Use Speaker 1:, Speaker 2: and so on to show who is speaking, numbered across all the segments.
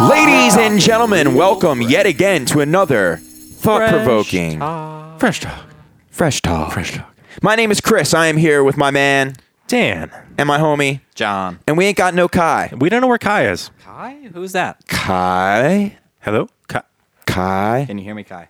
Speaker 1: Ladies and gentlemen, welcome yet again to another thought provoking
Speaker 2: Fresh talk.
Speaker 1: Fresh Talk.
Speaker 2: Fresh talk.
Speaker 1: My name is Chris. I am here with my man
Speaker 2: Dan.
Speaker 1: and my homie,
Speaker 3: John.
Speaker 1: and we ain't got no Kai.
Speaker 2: We don't know where Kai is.
Speaker 3: Kai? Who's that?
Speaker 1: Kai?
Speaker 2: Hello? Kai.
Speaker 1: Kai?
Speaker 3: Can you hear me, Kai?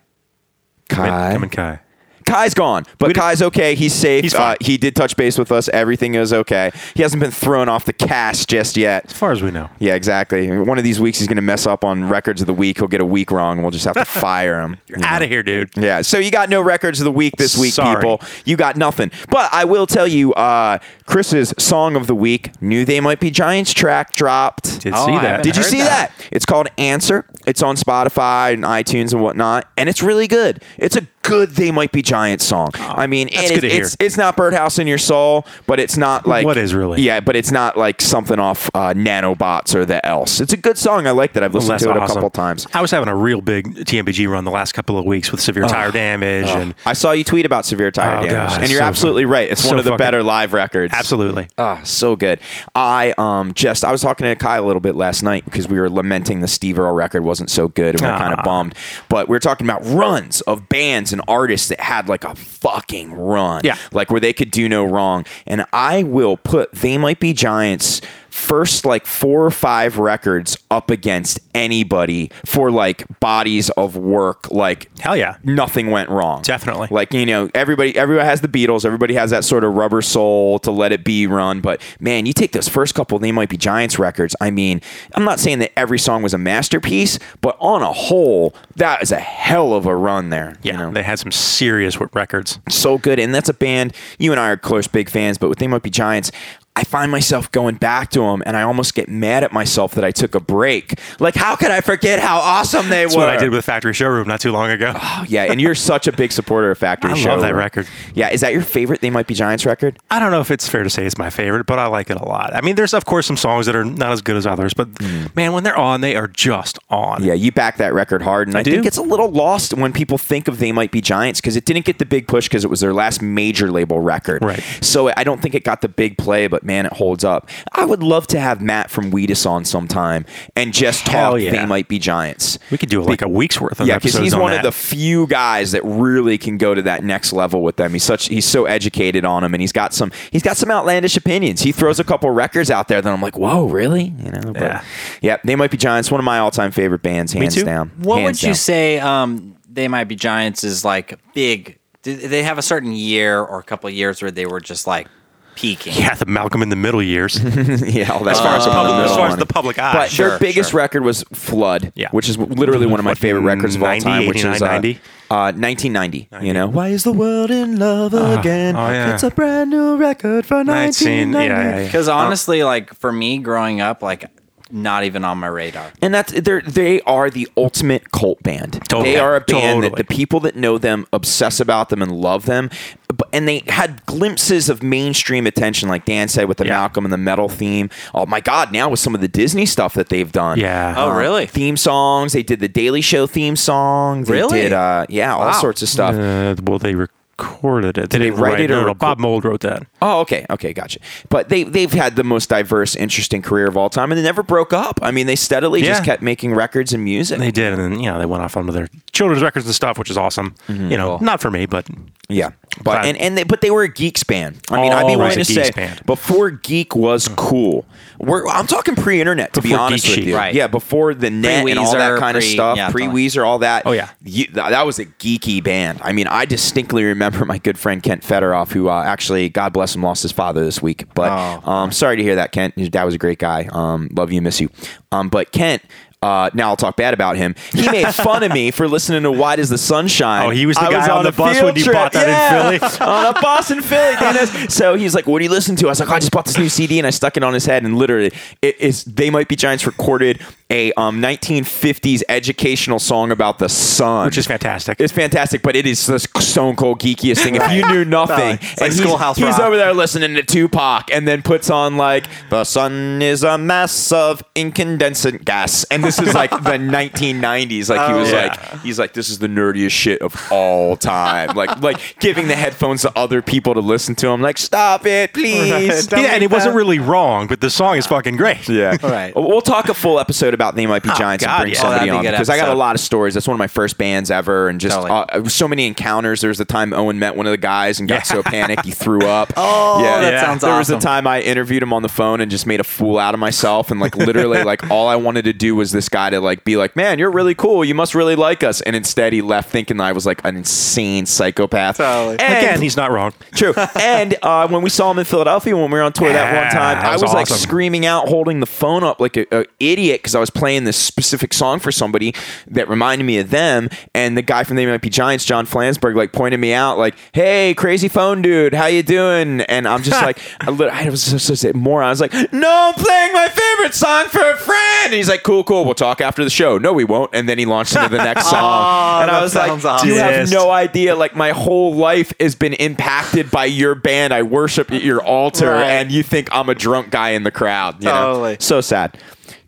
Speaker 1: Kai?
Speaker 2: I'm in Kai.
Speaker 1: Kai's gone, but Kai's okay. He's safe.
Speaker 2: He's fine.
Speaker 1: Uh, he did touch base with us. Everything is okay. He hasn't been thrown off the cast just yet.
Speaker 2: As far as we know.
Speaker 1: Yeah, exactly. One of these weeks, he's going to mess up on records of the week. He'll get a week wrong, and we'll just have to fire him.
Speaker 2: Out of here, dude.
Speaker 1: Yeah, so you got no records of the week this week,
Speaker 2: Sorry.
Speaker 1: people. You got nothing. But I will tell you, uh, Chris's song of the week, "Knew They Might Be Giants" track dropped.
Speaker 2: Did
Speaker 3: Oh,
Speaker 2: see
Speaker 3: I
Speaker 2: that.
Speaker 3: haven't
Speaker 1: Did you
Speaker 3: heard
Speaker 1: see that.
Speaker 3: that.
Speaker 1: It's called Answer. It's on Spotify and iTunes and whatnot, and it's really good. It's a good "They Might Be Giants" song. I mean,
Speaker 2: Oh, that's
Speaker 1: and
Speaker 2: good
Speaker 1: it-
Speaker 2: to hear.
Speaker 1: it's it's not "Birdhouse in Your Soul," but it's not like
Speaker 2: What is really?
Speaker 1: yeah, but it's not like something off uh, Nanobots or the Else. It's a good song. I like that. I've listened
Speaker 2: That's
Speaker 1: to it a
Speaker 2: awesome.
Speaker 1: couple times.
Speaker 2: I was having a real big TMBG run the last couple of weeks with severe tire damage and
Speaker 1: I saw you tweet about severe tire
Speaker 2: Oh,
Speaker 1: damage,
Speaker 2: God,
Speaker 1: and you're
Speaker 2: so
Speaker 1: absolutely
Speaker 2: fun.
Speaker 1: right. It's
Speaker 2: So
Speaker 1: one of the
Speaker 2: fucking-
Speaker 1: better live records.
Speaker 2: absolutely.
Speaker 1: Ah, so good. I um just I was talking to Kyle a little bit last night because we were lamenting the Steve Earle record wasn't so good and we are kind of
Speaker 2: Ah.
Speaker 1: bummed. But we were talking about runs of bands and artists that had like a fucking run.
Speaker 2: Yeah.
Speaker 1: Like where they could do no wrong. And I will put They Might Be Giants first like four or five records up against anybody for like bodies of work like
Speaker 2: Hell yeah.
Speaker 1: nothing went wrong.
Speaker 2: Definitely.
Speaker 1: Like, you know, everybody everybody has the Beatles, everybody has that sort of rubber soul to let it be run. But man, you take those first couple they might be Giants records. I mean, I'm not saying that every song was a masterpiece, but on a whole, that is a hell of a run there. you
Speaker 2: Yeah.
Speaker 1: know?
Speaker 2: They had some serious w- records.
Speaker 1: so good. And that's a band you and I are of course big fans, but with They Might Be Giants, I find myself going back to them, and I almost get mad at myself that I took a break. Like, how could I forget how awesome they
Speaker 2: That's
Speaker 1: were?
Speaker 2: what I did with Factory Showroom not too long ago.
Speaker 1: Yeah, and you're such a big supporter of Factory
Speaker 2: I love
Speaker 1: Show.
Speaker 2: that record.
Speaker 1: Yeah, is that your favorite They Might Be Giants record?
Speaker 2: I don't know if it's fair to say it's my favorite, but I like it a lot. I mean, there's of course some songs that are not as good as others, but man, when they're on, they are just on.
Speaker 1: Mm. Yeah, you back that record hard, and I,
Speaker 2: do.
Speaker 1: think it's a little lost when people think of They Might Be Giants because it didn't get the big push because it was their last major label record.
Speaker 2: Right.
Speaker 1: So I don't think it got the big play, but man, it holds up. I would love to have Matt from Wheatus on sometime and just
Speaker 2: Hell
Speaker 1: talk
Speaker 2: yeah.
Speaker 1: They Might Be Giants.
Speaker 2: We could do like a week's worth of
Speaker 1: Yeah, because
Speaker 2: episodes
Speaker 1: he's
Speaker 2: on
Speaker 1: one
Speaker 2: that.
Speaker 1: of the few guys that really can go to that next level with them. He's such he's so educated on them, and he's got some he's got some outlandish opinions. He throws a couple records out there that I'm like, whoa, really? You know, but,
Speaker 2: Yeah.
Speaker 1: yeah. They might be giants. One of my all time favorite bands, hands
Speaker 2: too.
Speaker 1: down.
Speaker 3: What
Speaker 1: Hands
Speaker 3: would you
Speaker 1: down.
Speaker 3: say um, they might be giants is like big? Did they have a certain year or a couple of years where they were just like peaking?
Speaker 2: yeah, the Malcolm in the Middle years.
Speaker 1: yeah, all that
Speaker 2: as far as the
Speaker 1: stuff in
Speaker 2: public, as
Speaker 1: middle
Speaker 2: far
Speaker 1: on
Speaker 2: as the
Speaker 1: it.
Speaker 2: public eye.
Speaker 1: Oh, But
Speaker 3: sure,
Speaker 1: their biggest
Speaker 3: sure.
Speaker 1: record was Flood,
Speaker 2: Yeah.
Speaker 1: which is literally one of my favorite records of all
Speaker 2: 90,
Speaker 1: time, which is
Speaker 2: 89,
Speaker 1: uh,
Speaker 2: 90?
Speaker 1: uh, 1990. You know, why is the world in love again?
Speaker 2: oh, yeah.
Speaker 1: It's a brand new record for
Speaker 2: 19,
Speaker 1: 1990.
Speaker 2: yeah, yeah, yeah.
Speaker 3: Because honestly, like for me growing up, like not even on my radar.
Speaker 1: and that's they're they are the ultimate cult band.
Speaker 2: Totally.
Speaker 1: They are a band that
Speaker 2: Totally.
Speaker 1: the people that know them obsess about them and love them, but, and they had glimpses of mainstream attention, like Dan said with the
Speaker 2: Yeah.
Speaker 1: Malcolm and the metal theme. Oh my God! Now with some of the Disney stuff that they've done, Uh,
Speaker 2: Yeah.
Speaker 3: Oh, really?
Speaker 1: Theme songs. They did the Daily Show theme song. They
Speaker 3: Really?
Speaker 1: Did, uh, yeah, all
Speaker 3: Wow.
Speaker 1: sorts of stuff.
Speaker 2: Uh, well, they recorded it. Did
Speaker 1: they write it or
Speaker 2: no, no,
Speaker 1: record-
Speaker 2: Bob Mold wrote that.
Speaker 1: Oh, okay, okay, gotcha. But they they've had the most diverse, interesting career of all time, and they never broke up. I mean, they steadily just
Speaker 2: Yeah.
Speaker 1: kept making records and music.
Speaker 2: They did, and then you know they went off onto their children's records and stuff, which is awesome.
Speaker 1: Mm-hmm.
Speaker 2: You know, not for me, but
Speaker 1: Yeah, but
Speaker 2: But-
Speaker 1: and, and they, but they were a geeks band. I mean, I'd be
Speaker 2: Always
Speaker 3: Oh,
Speaker 1: willing
Speaker 2: a
Speaker 1: to
Speaker 2: geeks
Speaker 1: say
Speaker 2: band.
Speaker 1: before geek was
Speaker 3: Mm.
Speaker 1: cool. We're, I'm talking pre-internet to be
Speaker 2: Before
Speaker 1: honest
Speaker 2: Geek
Speaker 1: with
Speaker 2: Chic.
Speaker 1: you.
Speaker 3: Right.
Speaker 1: Yeah, before the net and all that
Speaker 3: Pre-Weezer,
Speaker 1: kind of
Speaker 3: pre-
Speaker 1: stuff.
Speaker 3: yeah,
Speaker 1: pre
Speaker 3: totally.
Speaker 1: Weezer, all that.
Speaker 2: Oh, yeah.
Speaker 1: You- th- that was a geeky band. I mean, I distinctly remember my good friend Kent Fedorov, who uh, actually, God bless him, lost his father this week. But
Speaker 3: Oh.
Speaker 1: um, sorry to hear that, Kent. Your dad was a great guy. Um, love you, miss you. Um, but Kent. Uh, now I'll talk bad about him. He made fun of me for listening to "Why Does the Sun Shine?"
Speaker 2: Oh, he was the
Speaker 1: I
Speaker 2: guy on
Speaker 1: a
Speaker 2: the bus
Speaker 1: field
Speaker 2: when you
Speaker 1: trip.
Speaker 2: bought that in
Speaker 1: Yeah, on a bus in Philly. Dan is- so he's like, "What do you listen to?" I was like, "I just bought this new CD," and I stuck it on his head, and literally, it is. They might be Giants recorded a um, 1950s educational song about the sun,
Speaker 2: which is fantastic.
Speaker 1: It's fantastic, but it is the stone cold geekiest thing. If you knew nothing,
Speaker 3: It's
Speaker 1: and
Speaker 3: like
Speaker 1: he's-
Speaker 3: Schoolhouse
Speaker 1: he's,
Speaker 3: Rock.
Speaker 1: over there listening to Tupac, and then puts on like the sun is a mass of incandescent gas, and this is like the 1990s. Like
Speaker 3: Oh,
Speaker 1: he was
Speaker 2: yeah.
Speaker 1: like, he's like, this is the nerdiest shit of all time. like like giving the headphones to other people to listen to. I'm like, stop it, please.
Speaker 2: yeah, and it wasn't really wrong, but the song is fucking great.
Speaker 1: Yeah.
Speaker 3: Right.
Speaker 1: We'll talk a full episode about They Might Be
Speaker 2: Oh,
Speaker 1: Giants
Speaker 2: God,
Speaker 1: and bring
Speaker 2: yeah. Oh,
Speaker 1: somebody
Speaker 3: that'd be
Speaker 1: on
Speaker 3: a good
Speaker 1: because I got a
Speaker 3: episode.
Speaker 1: lot of stories. That's one of my first bands ever, and just
Speaker 3: Totally.
Speaker 1: uh, so many encounters. There was the time Owen met one of the guys and got so panicked he threw up.
Speaker 3: Oh, that sounds
Speaker 1: There was a
Speaker 3: awesome.
Speaker 1: time I interviewed him on the phone and just made a fool out of myself, and like literally, like all I wanted to do was this guy to like be like, "Man, you're really cool. You must really like us." And instead, he left thinking I was like an insane psychopath.
Speaker 3: Totally.
Speaker 1: And-
Speaker 2: Again, he's not wrong.
Speaker 1: True. And uh, when we saw him in Philadelphia when we were on tour that
Speaker 2: Yeah,
Speaker 1: one time,
Speaker 2: that
Speaker 1: I was
Speaker 2: was
Speaker 1: like
Speaker 2: awesome.
Speaker 1: screaming out, holding the phone up like an idiot because I was playing this specific song for somebody that reminded me of them. And the guy from They Might Be Giants, John Flansburgh, like pointed me out, like, "Hey, crazy phone dude, how you doing?" And I'm just like, I, lit- I was just so more. I was like, "No, I'm playing my favorite song for a friend." And he's like, "Cool, cool. We'll talk after the show." No, we won't. And then he launched into the next song,
Speaker 3: Oh,
Speaker 1: and I
Speaker 3: that
Speaker 1: was like,
Speaker 3: sounds awesome.
Speaker 1: "You have
Speaker 2: Pissed.
Speaker 1: no idea. Like my whole life has been impacted by your band. I worship at your altar,
Speaker 3: Right.
Speaker 1: and you think I'm a drunk guy in the crowd. You know?
Speaker 3: Totally.
Speaker 1: So sad.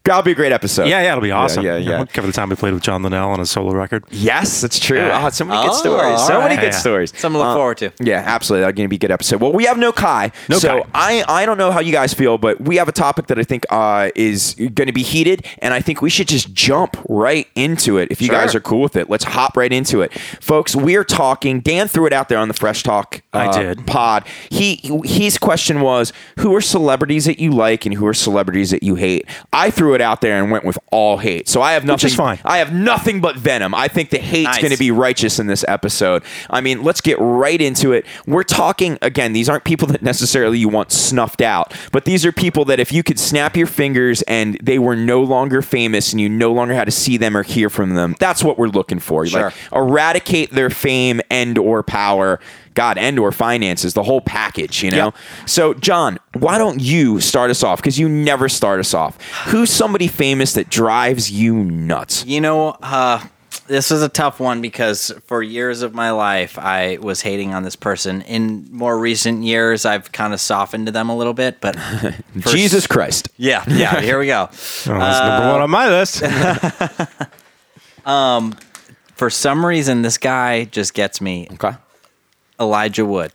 Speaker 1: That'll be a great episode.
Speaker 2: Yeah, yeah, it'll be awesome.
Speaker 1: uh, Yeah, yeah. yeah.
Speaker 2: Cover the time we played with John Linnell on a solo record. Oh,
Speaker 1: Yes, that's true.
Speaker 2: Yeah.
Speaker 1: Oh, so many good
Speaker 3: Oh,
Speaker 1: stories. So
Speaker 3: all
Speaker 1: many
Speaker 3: right.
Speaker 1: good
Speaker 2: Yeah.
Speaker 1: stories.
Speaker 3: Something to look
Speaker 1: Uh,
Speaker 3: forward to.
Speaker 1: Yeah, absolutely. That's going to be a good episode. Well, we have no Kai.
Speaker 2: No
Speaker 1: so I,
Speaker 2: Kai.
Speaker 1: I don't know how you guys feel, but we have a topic that I think uh, is going to be heated, and I think we should just jump right into it. If you
Speaker 3: Sure.
Speaker 1: guys are cool with it, let's hop right into it, folks. We are talking. Dan threw it out there on the Fresh Talk.
Speaker 2: I
Speaker 1: uh,
Speaker 2: did.
Speaker 1: Pod. He his question was, who are celebrities that you like and who are celebrities that you hate? I threw it out there and went with all hate. So I have nothing.
Speaker 2: is fine.
Speaker 1: I have nothing but venom. I think the hate's
Speaker 3: Nice.
Speaker 1: going to be righteous in this episode. I mean, let's get right into it. We're talking again. These aren't people that necessarily you want snuffed out, but these are people that if you could snap your fingers and they were no longer famous and you no longer had to see them or hear from them, that's what we're looking for.
Speaker 3: Sure.
Speaker 1: Like eradicate their fame and or power. God, and or finances, the whole package, you know? So, John, why don't you start us off? Because you never start us off. Who's somebody famous that drives you nuts?
Speaker 3: You know, uh, this was a tough one because for years of my life, I was hating on this person. In more recent years, I've kind of softened to them a little bit, but for-
Speaker 1: Jesus Christ.
Speaker 3: Yeah, yeah. Here we go.
Speaker 2: Oh, that's
Speaker 1: Uh,
Speaker 2: number one on my list.
Speaker 3: For some reason, this guy just gets me.
Speaker 1: Okay.
Speaker 3: Elijah Wood,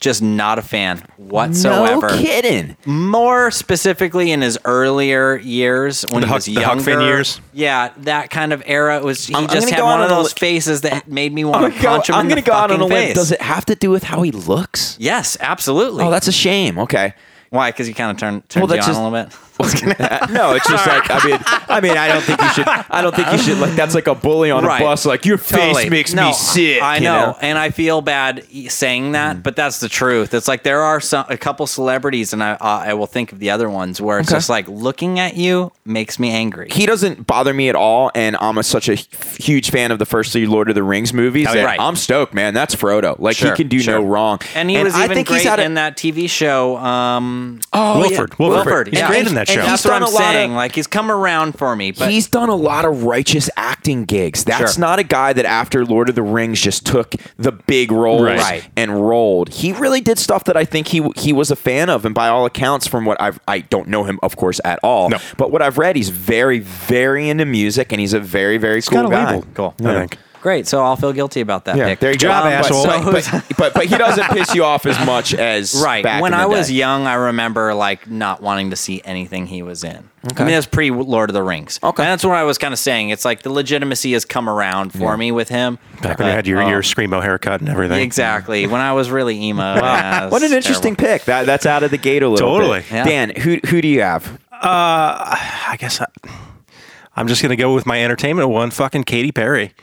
Speaker 3: just not a fan whatsoever.
Speaker 1: No kidding.
Speaker 3: More specifically, in his earlier years when
Speaker 2: The
Speaker 3: he
Speaker 2: Huck-
Speaker 3: was
Speaker 2: the Huck
Speaker 3: younger,
Speaker 2: Finn years?
Speaker 3: yeah, that kind of era it was. He
Speaker 1: I'm- I'm
Speaker 3: just
Speaker 1: gonna
Speaker 3: had
Speaker 1: go out
Speaker 3: one
Speaker 1: on
Speaker 3: of
Speaker 1: a
Speaker 3: those
Speaker 1: li-
Speaker 3: faces that made me want to punch him
Speaker 1: I'm
Speaker 3: in
Speaker 1: gonna
Speaker 3: the
Speaker 1: go out on a
Speaker 3: fucking
Speaker 1: limb.
Speaker 3: face.
Speaker 1: Does it have to do with how he looks?
Speaker 3: Yes, absolutely.
Speaker 1: Oh, that's a shame. Okay.
Speaker 3: Why? Because you kind of turn turned
Speaker 1: Well,
Speaker 3: you
Speaker 1: that's
Speaker 3: on
Speaker 1: just-
Speaker 3: a little bit.
Speaker 1: Uh, no, it's just like I mean, I mean, I don't think you should. I don't think you should. Like that's like a bully on
Speaker 3: Right.
Speaker 1: a bus. Like your face
Speaker 3: Totally.
Speaker 1: makes
Speaker 3: No,
Speaker 1: me sick.
Speaker 3: I
Speaker 1: you Mm.
Speaker 3: know, and I feel bad e- saying that, but that's the truth. It's like there are some a couple celebrities, and I uh, I will think of the other ones where it's
Speaker 1: Okay.
Speaker 3: just like looking at you makes me angry.
Speaker 1: he doesn't bother me at all, and I'm a, such a h- huge fan of the first three Lord of the Rings movies.
Speaker 3: yeah.
Speaker 1: that
Speaker 3: Oh, Right.
Speaker 1: I'm stoked, man. That's Frodo. Like
Speaker 3: Sure,
Speaker 1: he can do
Speaker 3: sure.
Speaker 1: no wrong.
Speaker 3: and he was
Speaker 1: I
Speaker 3: even
Speaker 1: think
Speaker 3: great
Speaker 1: he's had a-
Speaker 3: in that TV show. Um,
Speaker 1: Oh, yeah.
Speaker 2: Wilford, Wilford. He's
Speaker 3: yeah.
Speaker 2: great in that
Speaker 3: And
Speaker 2: show.
Speaker 1: he's
Speaker 3: that's what
Speaker 1: done
Speaker 3: I'm
Speaker 1: a lot of-
Speaker 3: saying. like he's come around for me, but
Speaker 1: he's done a lot of righteous acting gigs. That's
Speaker 3: Sure.
Speaker 1: not a guy that after Lord of the Rings just took the big roles
Speaker 2: Right.
Speaker 3: Right.
Speaker 1: and rolled. He really did stuff that I think he he was a fan of, and by all accounts, from what I've I don't know him of course at all,
Speaker 2: No.
Speaker 1: but what I've read, he's very very into music, and he's a very very cool
Speaker 2: Kinda
Speaker 1: guy.
Speaker 2: labeled,
Speaker 1: Cool,
Speaker 2: I think.
Speaker 3: great. So I'll feel guilty about that.
Speaker 1: Yeah,
Speaker 3: pick.
Speaker 1: there you go.
Speaker 2: job,
Speaker 1: but,
Speaker 2: asshole.
Speaker 1: so-
Speaker 3: Um, So who's-
Speaker 1: but, but but he doesn't piss you off as much as
Speaker 3: Right.
Speaker 1: back
Speaker 3: when
Speaker 1: in the
Speaker 3: I was
Speaker 1: day.
Speaker 3: young, I remember like not wanting to see anything he was in. I mean, that's pre Lord of the Rings.
Speaker 1: Okay.
Speaker 3: And that's what I was kind of saying. It's like the legitimacy has come around for me with him.
Speaker 2: Back when you had your,
Speaker 1: Uh,
Speaker 3: oh.
Speaker 2: your screamo haircut and everything.
Speaker 3: Exactly. When I was really emo. yeah, it was
Speaker 1: What an interesting
Speaker 3: terrible.
Speaker 1: pick. That that's out of the gate a little.
Speaker 2: Totally.
Speaker 1: bit.
Speaker 3: Yeah.
Speaker 1: Dan, who who do you have?
Speaker 2: I guess I, I'm just gonna go with my entertainment one. Fucking Katy Perry.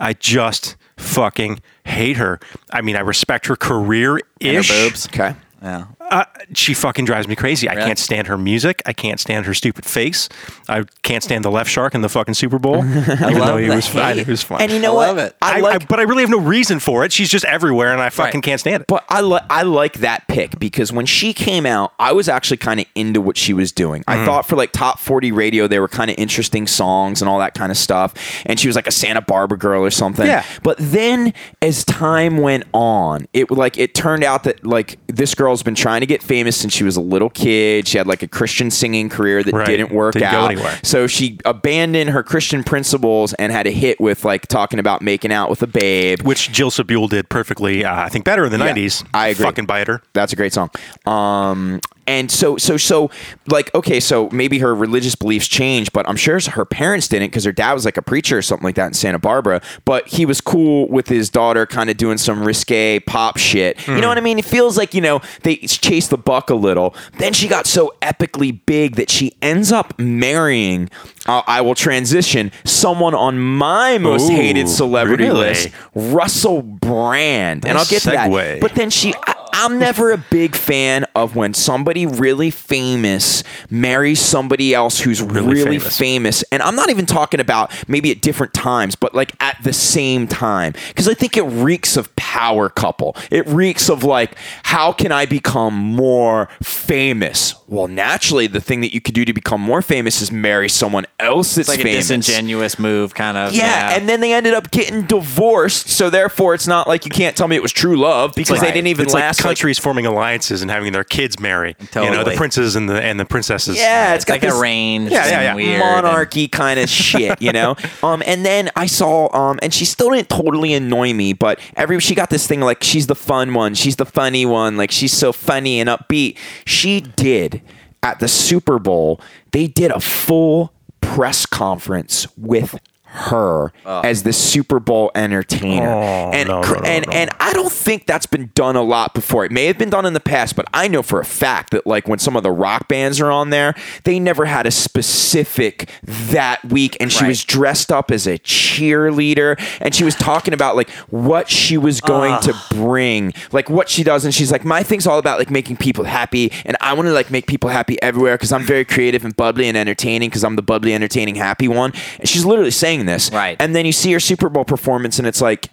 Speaker 2: I just fucking hate her. I mean, I respect her career ish.
Speaker 3: boobs.
Speaker 1: Okay.
Speaker 3: Yeah.
Speaker 2: Uh, she fucking drives me crazy. I
Speaker 3: Really?
Speaker 2: can't stand her music. I can't stand her stupid face. I can't stand the left shark in the fucking Super Bowl. I even
Speaker 3: love
Speaker 2: though he
Speaker 3: the
Speaker 2: was fine.
Speaker 3: hate.
Speaker 2: He was fine.
Speaker 1: And you know
Speaker 3: I
Speaker 1: what?
Speaker 3: love it.
Speaker 1: I,
Speaker 2: I,
Speaker 1: like
Speaker 2: I- but I really have no reason for it. She's just everywhere, and I fucking
Speaker 3: Right.
Speaker 2: can't stand it.
Speaker 1: But I li- I like that pick because when she came out, I was actually kind of into what she was doing.
Speaker 2: Mm-hmm.
Speaker 1: I thought for like top 40 radio, they were kind of interesting songs and all that kind of stuff. And she was like a Santa Barbara girl or something.
Speaker 2: Yeah.
Speaker 1: But then as time went on, it like it turned out that like this girl's been trying to get famous since she was a little kid. She had like a Christian singing career that
Speaker 2: Right.
Speaker 1: didn't work
Speaker 2: Didn't go
Speaker 1: out.
Speaker 2: anywhere.
Speaker 1: So she abandoned her Christian principles and had a hit with like talking about making out with a babe.
Speaker 2: which Jill Sabule did perfectly, uh, I think, better in the 90s.
Speaker 1: I agree.
Speaker 2: Fucking biter.
Speaker 1: That's a great song. Um, And so so so like okay, so maybe her religious beliefs changed, but I'm sure her parents didn't because her dad was like a preacher or something like that in Santa Barbara. But he was cool with his daughter, kind of doing some risque pop shit. You know
Speaker 2: Hmm.
Speaker 1: what I mean? It feels like you know they chased the buck a little. Then she got so epically big that she ends up marrying. Uh, I will transition someone on my most
Speaker 2: Ooh,
Speaker 1: hated celebrity
Speaker 2: really?
Speaker 1: list, Russell Brand, and I'll
Speaker 2: Nice
Speaker 1: get to that.
Speaker 2: segue.
Speaker 1: But then she, I, I'm never a big fan of when somebody really famous marries somebody else who's really, famous.
Speaker 2: famous.
Speaker 1: And I'm not even talking about maybe at different times, but like at the same time, because I think it reeks of power couple. It reeks of like, how can I become more famous? Well, naturally, the thing that you could do to become more famous is marry someone else that's
Speaker 3: It's like
Speaker 1: famous.
Speaker 3: a disingenuous move, kind of.
Speaker 1: Yeah, and then they ended up getting divorced. So therefore, it's not like you can't tell me it was true love because
Speaker 2: Like,
Speaker 1: they didn't even
Speaker 2: it's
Speaker 1: last.
Speaker 2: like
Speaker 1: like-
Speaker 2: countries forming alliances and having their kids marry. You know,
Speaker 3: Totally.
Speaker 2: the princes and the and the princesses.
Speaker 1: yeah, it's
Speaker 3: it's
Speaker 1: got
Speaker 3: like
Speaker 1: this
Speaker 3: arranged.
Speaker 2: Yeah, yeah,
Speaker 3: and
Speaker 2: yeah.
Speaker 3: Weird
Speaker 1: monarchy kind of shit, you know. um, and then I saw, um, and she still didn't totally annoy me, but every she got this thing like she's the fun one, she's the funny one, like she's so funny and upbeat. She did at the Super Bowl. They did a full press conference with her as the Super Bowl entertainer,
Speaker 2: Oh,
Speaker 1: and
Speaker 2: no,
Speaker 1: cr-
Speaker 2: no, no,
Speaker 1: and
Speaker 2: no.
Speaker 1: and I don't think that's been done a lot before. It may have been done in the past, but I know for a fact that like when some of the rock bands are on there, they never had a specific that week and she
Speaker 3: Right.
Speaker 1: was dressed up as a cheerleader and she was talking about like what she was going to bring, like what she does and she's like my thing's all about like making people happy and I want to like make people happy everywhere cuz I'm very creative and bubbly and entertaining cuz I'm the bubbly entertaining happy one. And she's literally saying this.
Speaker 3: Right.
Speaker 1: And then you see her Super Bowl performance and it's like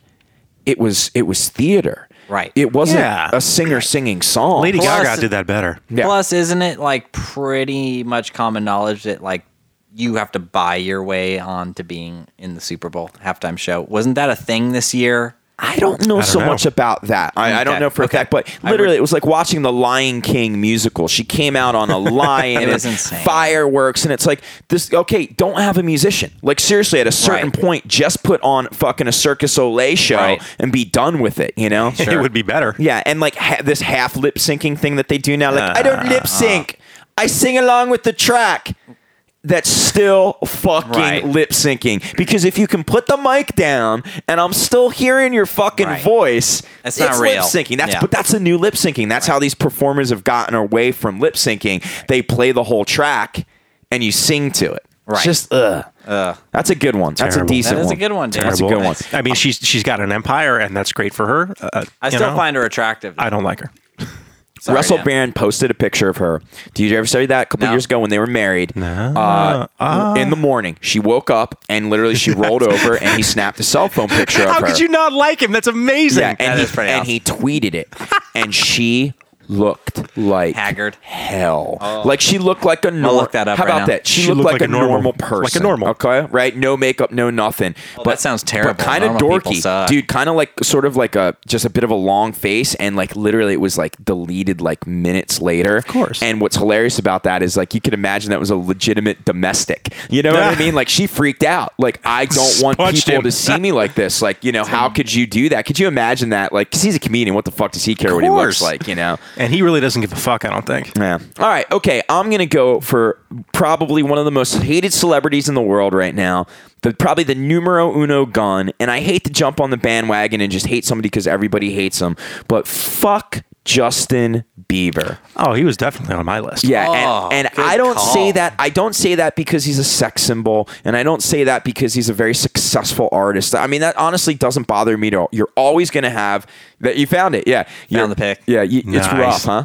Speaker 1: it was it was theater.
Speaker 3: Right.
Speaker 1: It wasn't
Speaker 2: Yeah.
Speaker 1: a singer singing song.
Speaker 2: Lady
Speaker 3: Plus-
Speaker 2: Gaga did that better.
Speaker 1: Yeah.
Speaker 3: Plus, isn't it like pretty much common knowledge that like you have to buy your way on to being in the Super Bowl halftime show? Wasn't that a thing this year?
Speaker 1: I don't know
Speaker 2: I don't
Speaker 1: so
Speaker 2: know.
Speaker 1: much about that. I, I don't
Speaker 3: Okay,
Speaker 1: know for
Speaker 3: okay.
Speaker 1: a fact, but
Speaker 3: I
Speaker 1: literally,
Speaker 3: would-
Speaker 1: it was like watching the Lion King musical. She came out on a lion
Speaker 3: It
Speaker 1: and
Speaker 3: was insane.
Speaker 1: fireworks, and it's like this. Okay, don't have a musician. Like seriously, at a certain
Speaker 3: Right.
Speaker 1: point, just put on fucking a Circus Olay show
Speaker 3: Right.
Speaker 1: and be done with it. You know?
Speaker 2: It would be better.
Speaker 1: Yeah, and like ha- this half lip syncing thing that they do now. Like, I
Speaker 3: Uh-huh.
Speaker 1: don't lip sync. I sing along with the track. That's still fucking
Speaker 3: Right.
Speaker 1: lip syncing because if you can put the mic down and I'm still hearing your fucking
Speaker 3: Right.
Speaker 1: voice,
Speaker 3: That's not
Speaker 1: it's
Speaker 3: real.
Speaker 1: lip syncing. That's
Speaker 3: Yeah.
Speaker 1: but that's a new lip syncing. That's how these performers have gotten away from lip syncing. They play the whole track and you sing to it. It's
Speaker 3: Right.
Speaker 1: just ugh. That's a good one. That's a
Speaker 2: Terrible.
Speaker 1: decent
Speaker 3: That is
Speaker 1: one.
Speaker 3: a good one, Dan.
Speaker 1: That's a good
Speaker 2: Terrible.
Speaker 1: one.
Speaker 2: I mean, she's she's got an empire, and that's great for her. Uh,
Speaker 3: I
Speaker 2: you
Speaker 3: still
Speaker 2: know,
Speaker 3: find her attractive.
Speaker 2: I don't like her.
Speaker 3: Sorry,
Speaker 1: Russell
Speaker 3: Dan.
Speaker 1: Brand posted a picture of her. Did you ever see that a couple
Speaker 3: No.
Speaker 1: years ago when they were married? Uh, in the morning, she woke up and literally she rolled over and he snapped a cell phone picture of
Speaker 2: How
Speaker 1: her.
Speaker 2: could you not like him? That's amazing.
Speaker 1: yeah, and,
Speaker 3: That
Speaker 1: he,
Speaker 3: is pretty
Speaker 1: and
Speaker 3: awesome.
Speaker 1: he tweeted it, and she looked like
Speaker 3: Haggard. Oh.
Speaker 1: hell. Like she looked like a normal.
Speaker 3: look that up
Speaker 1: How
Speaker 3: right
Speaker 1: about
Speaker 3: now.
Speaker 1: that? She, looked, like, a normal, person,
Speaker 2: like a normal.
Speaker 1: Okay, right? No makeup, no nothing. but
Speaker 3: that sounds terrible.
Speaker 1: But kind of
Speaker 3: Normal people
Speaker 1: dorky,
Speaker 3: suck.
Speaker 1: dude. Kind of like sort of like a just a bit of a long face, and like literally it was like deleted like minutes later. Of
Speaker 2: course.
Speaker 1: And what's hilarious about that is like you could imagine that was a legitimate domestic. You know what I mean? Like she freaked out. Like I don't want
Speaker 2: Punched
Speaker 1: people
Speaker 2: him.
Speaker 1: to see me like this. Like, you know, how could you do that? Could you imagine that? Like, because he's a comedian. What the fuck does he care what he looks
Speaker 2: course.
Speaker 1: like, you know?
Speaker 2: And he really doesn't give a fuck. I don't think.
Speaker 1: Yeah. All right. Okay. I'm going to go for probably one of the most hated celebrities in the world right now. The, probably the numero uno gun. And I hate to jump on the bandwagon and just hate somebody because everybody hates him. But fuck Justin Bieber.
Speaker 2: Oh, he was definitely on my list.
Speaker 1: Yeah,
Speaker 3: Oh,
Speaker 1: and, and
Speaker 3: good
Speaker 1: I don't
Speaker 3: call.
Speaker 1: say that. I don't say that because he's a sex symbol, and I don't say that because he's a very successful artist. I mean, that honestly doesn't bother me at all. You're always gonna have that. You found it, yeah. You're-
Speaker 3: the pick.
Speaker 1: Yeah, you, it's
Speaker 2: Nice.
Speaker 1: rough, huh?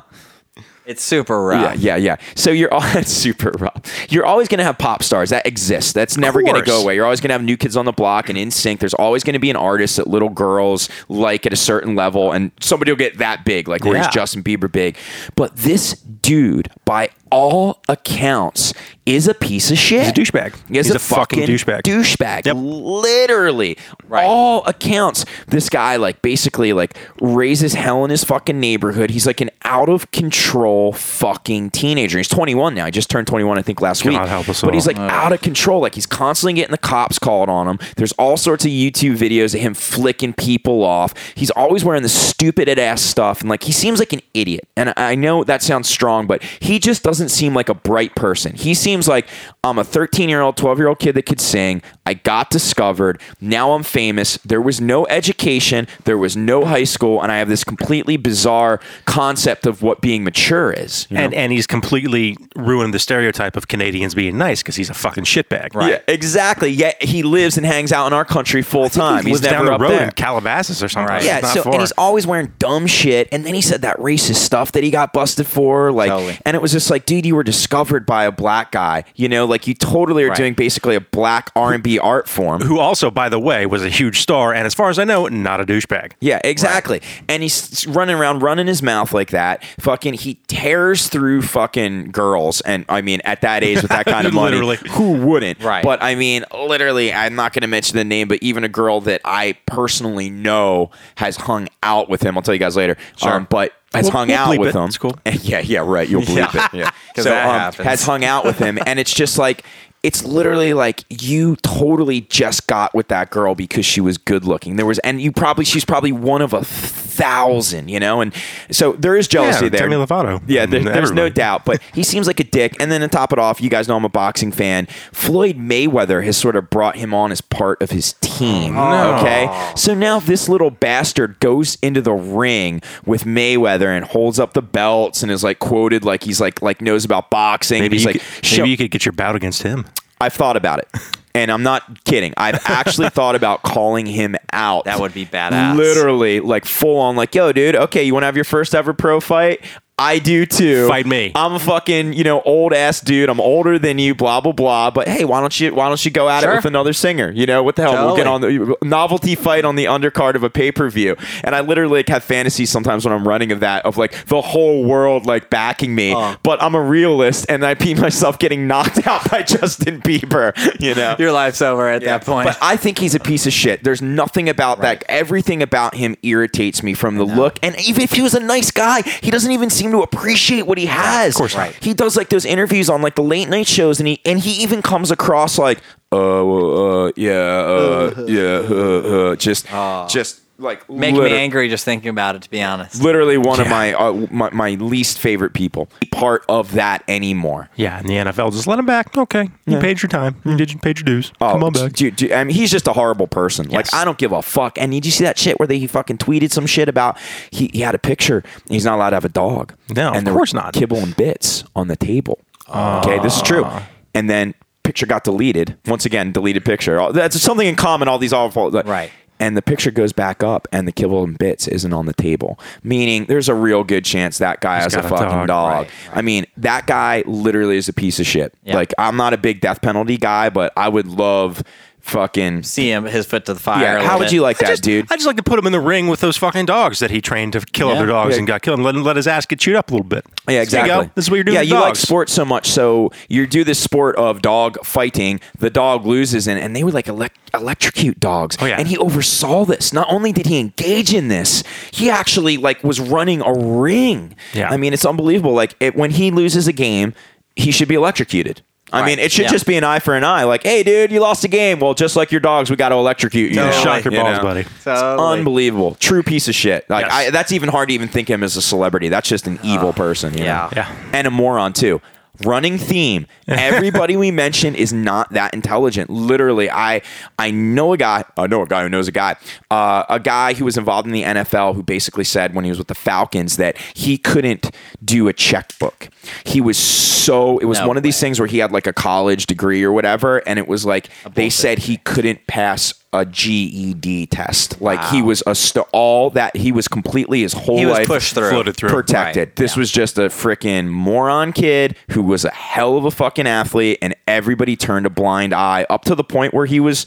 Speaker 3: It's super rough.
Speaker 1: Yeah, yeah, yeah. So you're all that's super rough. You're always gonna have pop stars that exist. That's never gonna
Speaker 2: course.
Speaker 1: go away. You're always gonna have new kids on the block and in sync. There's always gonna be an artist that little girls like at a certain level, and somebody will get that big, like where he's
Speaker 2: Yeah.
Speaker 1: Justin Bieber big. But this dude, by all accounts, is a piece of shit.
Speaker 2: He's a douchebag.
Speaker 1: He's, a, fucking, douchebag. Douchebag.
Speaker 2: Yep.
Speaker 1: Literally,
Speaker 3: Right.
Speaker 1: all accounts, this guy like basically like raises hell in his fucking neighborhood. He's like an out of control fucking teenager. He's 21 now. He just turned 21, I think, last week.
Speaker 2: help us
Speaker 1: but
Speaker 2: all.
Speaker 1: he's like out of control. Like he's constantly getting the cops called on him. There's all sorts of YouTube videos of him flicking people off. He's always wearing this stupid ass stuff, and like he seems like an idiot. And I know that sounds strong, but he just doesn't seem like a bright person. He seems like I'm a 13 year old, 12 year old kid that could sing. I got discovered. Now I'm famous. There was no education. There was no high school, and I have this completely bizarre concept of what being mature is. you know?
Speaker 2: And, and he's completely ruined the stereotype of Canadians being nice because he's a fucking shitbag. Right.
Speaker 1: Yeah, exactly. Yet he lives and hangs out in our country full time.
Speaker 2: He
Speaker 1: He's
Speaker 2: lives
Speaker 1: never
Speaker 2: down the
Speaker 1: up
Speaker 2: road
Speaker 1: there.
Speaker 2: in Calabasas or something.
Speaker 3: Right.
Speaker 2: It's
Speaker 1: yeah,
Speaker 2: not
Speaker 1: so
Speaker 2: far.
Speaker 1: and he's always wearing dumb shit. And then he said that racist stuff that he got busted for. Like,
Speaker 3: Totally.
Speaker 1: and it was just like, dude, you were discovered by a black guy. You know, like you totally are
Speaker 3: Right.
Speaker 1: doing basically a black R and B art form.
Speaker 2: who also, by the way, was a huge star and, as far as I know, not a douchebag.
Speaker 1: Yeah, exactly. And he's running around, running his mouth like that. Fucking, he tears through fucking girls. And I mean, at that age, with that kind of money,
Speaker 2: Literally.
Speaker 1: who wouldn't?
Speaker 3: Right.
Speaker 1: But I mean, literally, I'm not going to mention the name, but even a girl that I personally know has hung out with him. I'll tell you guys later. Sure. but has
Speaker 2: We'll-
Speaker 1: hung
Speaker 2: we'll
Speaker 1: out
Speaker 2: bleep
Speaker 1: with
Speaker 2: it.
Speaker 1: him.
Speaker 2: It's cool.
Speaker 1: yeah, yeah, right. You'll bleep it. Yeah.
Speaker 3: 'Cause that happens.
Speaker 1: has hung out with him and it's just like it's literally like you totally just got with that girl because she was good looking there was and you probably she's probably one of a thousand you know and so there is jealousy
Speaker 2: Yeah,
Speaker 1: there
Speaker 2: Demi Lovato.
Speaker 1: yeah there-
Speaker 2: Mm,
Speaker 1: there's no
Speaker 2: everybody.
Speaker 1: doubt but he seems like a dick and then to top it off you guys know i'm a boxing fan floyd mayweather has sort of brought him on as part of his team
Speaker 2: Oh,
Speaker 1: okay so now if this little bastard goes into the ring with mayweather and holds up the belts and is like quoted like he's like like knows about boxing and
Speaker 2: Maybe,
Speaker 1: he's
Speaker 2: you,
Speaker 1: like
Speaker 2: could,
Speaker 1: show-
Speaker 2: maybe you could get your bout against him.
Speaker 1: I've thought about it. And I'm not kidding. I've actually thought about calling him out.
Speaker 3: That would be badass.
Speaker 1: Literally, like full on, like, yo, dude, okay, you want to have your first ever pro fight? I do too.
Speaker 2: Fight me.
Speaker 1: I'm a fucking, you know, old ass dude. I'm older than you. Blah blah blah. But hey, why don't you why don't you go at it
Speaker 3: Sure.
Speaker 1: with another singer? You know what the hell? We'll get on the novelty fight on the undercard of a pay per view. And I literally like, have fantasies sometimes when I'm running of that of like the whole world like backing me. But I'm a realist, and I pee myself getting knocked out by Justin Bieber. You know,
Speaker 3: Your life's over at that point.
Speaker 1: but I think he's a piece of shit. There's nothing about that. Everything about him irritates me from the look. And even if he was a nice guy, he doesn't even seem to appreciate what he has. Of
Speaker 2: course not. Right.
Speaker 1: He does like those interviews on like the late night shows, and he and he even comes across like, uh, well, uh yeah, uh, yeah, uh, uh, just, just like
Speaker 3: Making
Speaker 1: liter-
Speaker 3: me angry just thinking about it, to be honest.
Speaker 1: Literally one of my, uh, my my least favorite people. Part of that anymore.
Speaker 2: Yeah, and the NFL just let him back. Okay, you paid your time.
Speaker 1: Hmm.
Speaker 2: You did you paid your dues.
Speaker 1: Oh,
Speaker 2: Come on back.
Speaker 1: Dude, dude, I mean, he's just a horrible person. Like,
Speaker 2: Yes.
Speaker 1: I don't give a fuck. And did you see that shit where they, he fucking tweeted some shit about he, he had a picture and he's not allowed to have a dog?
Speaker 2: No,
Speaker 1: and
Speaker 2: of
Speaker 1: there were
Speaker 2: course not. Ah.
Speaker 1: Kibble and bits on the table. Okay, this is true. And then picture got deleted. Once again, deleted picture. All- That's something in common, all these awful. like-
Speaker 3: Right.
Speaker 1: And the picture goes back up, and the kibble and bits isn't on the table. Meaning, there's a real good chance that guy has a
Speaker 2: got a
Speaker 1: fucking dog.
Speaker 2: dog.
Speaker 3: Right,
Speaker 1: I mean, that guy literally is a piece of shit.
Speaker 3: Yeah.
Speaker 1: Like, I'm not a big death penalty guy, but I would love fucking.
Speaker 3: See him, his foot to the fire. a
Speaker 1: Yeah,
Speaker 3: little
Speaker 1: how would
Speaker 3: bit.
Speaker 1: you like that,
Speaker 2: I just,
Speaker 1: dude?
Speaker 2: I just like to put him in the ring with those fucking dogs that he trained to kill other dogs
Speaker 1: Yeah.
Speaker 2: and got killed and let, him- let his ass get chewed up a little bit.
Speaker 1: Yeah,
Speaker 2: So there you
Speaker 1: exactly.
Speaker 2: go. This is what you're doing.
Speaker 1: Yeah,
Speaker 2: with
Speaker 1: you like
Speaker 2: dogs.
Speaker 1: sports so much, so you do this sport of dog fighting. The dog loses, and, and they would like elec- electrocute dogs.
Speaker 2: Oh, yeah.
Speaker 1: And he oversaw this. Not only did he engage in this, he actually like was running a ring.
Speaker 2: Yeah.
Speaker 1: I mean, it's unbelievable. Like it, when he loses a game, he should be electrocuted. I mean, it should
Speaker 3: yeah.
Speaker 1: just be an eye for an eye. Like, hey, dude, you lost a game. Well, just like your dogs, we got to electrocute you.
Speaker 2: Yeah,
Speaker 1: now,"
Speaker 2: shock your
Speaker 1: you
Speaker 2: balls,
Speaker 1: know?
Speaker 2: buddy.
Speaker 3: Totally.
Speaker 1: Unbelievable. True piece of shit. Like
Speaker 2: Yes.
Speaker 1: I, that's even hard to even think him as a celebrity. That's just an evil person. you know?
Speaker 3: yeah.
Speaker 2: Yeah.
Speaker 1: And a moron too. Running theme. Everybody we mention is not that intelligent. Literally, I I know a guy. I know a guy who knows a guy. Uh, a guy who was involved in the NFL who basically said when he was with the Falcons that he couldn't do a checkbook. He was so. It was
Speaker 3: No
Speaker 1: one of these things where he had like a college degree or whatever, and it was like they said he couldn't pass a GED test. Like he was a st- all that he was completely his whole
Speaker 3: He was
Speaker 1: life
Speaker 3: pushed through.
Speaker 2: Floated through.
Speaker 1: protected.
Speaker 3: Right.
Speaker 1: This was just a freaking moron kid who was a hell of a fucking athlete, and everybody turned a blind eye up to the point where he was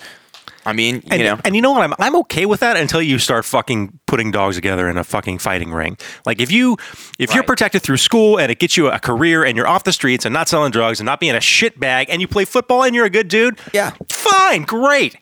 Speaker 1: I mean, you
Speaker 2: And
Speaker 1: know,
Speaker 2: and you know what? I'm I'm okay with that until you start fucking putting dogs together in a fucking fighting ring. Like if you if you're
Speaker 3: Right.
Speaker 2: protected through school and it gets you a career and you're off the streets and not selling drugs and not being a shit bag and you play football and you're a good dude,
Speaker 1: Yeah.
Speaker 2: fine, great.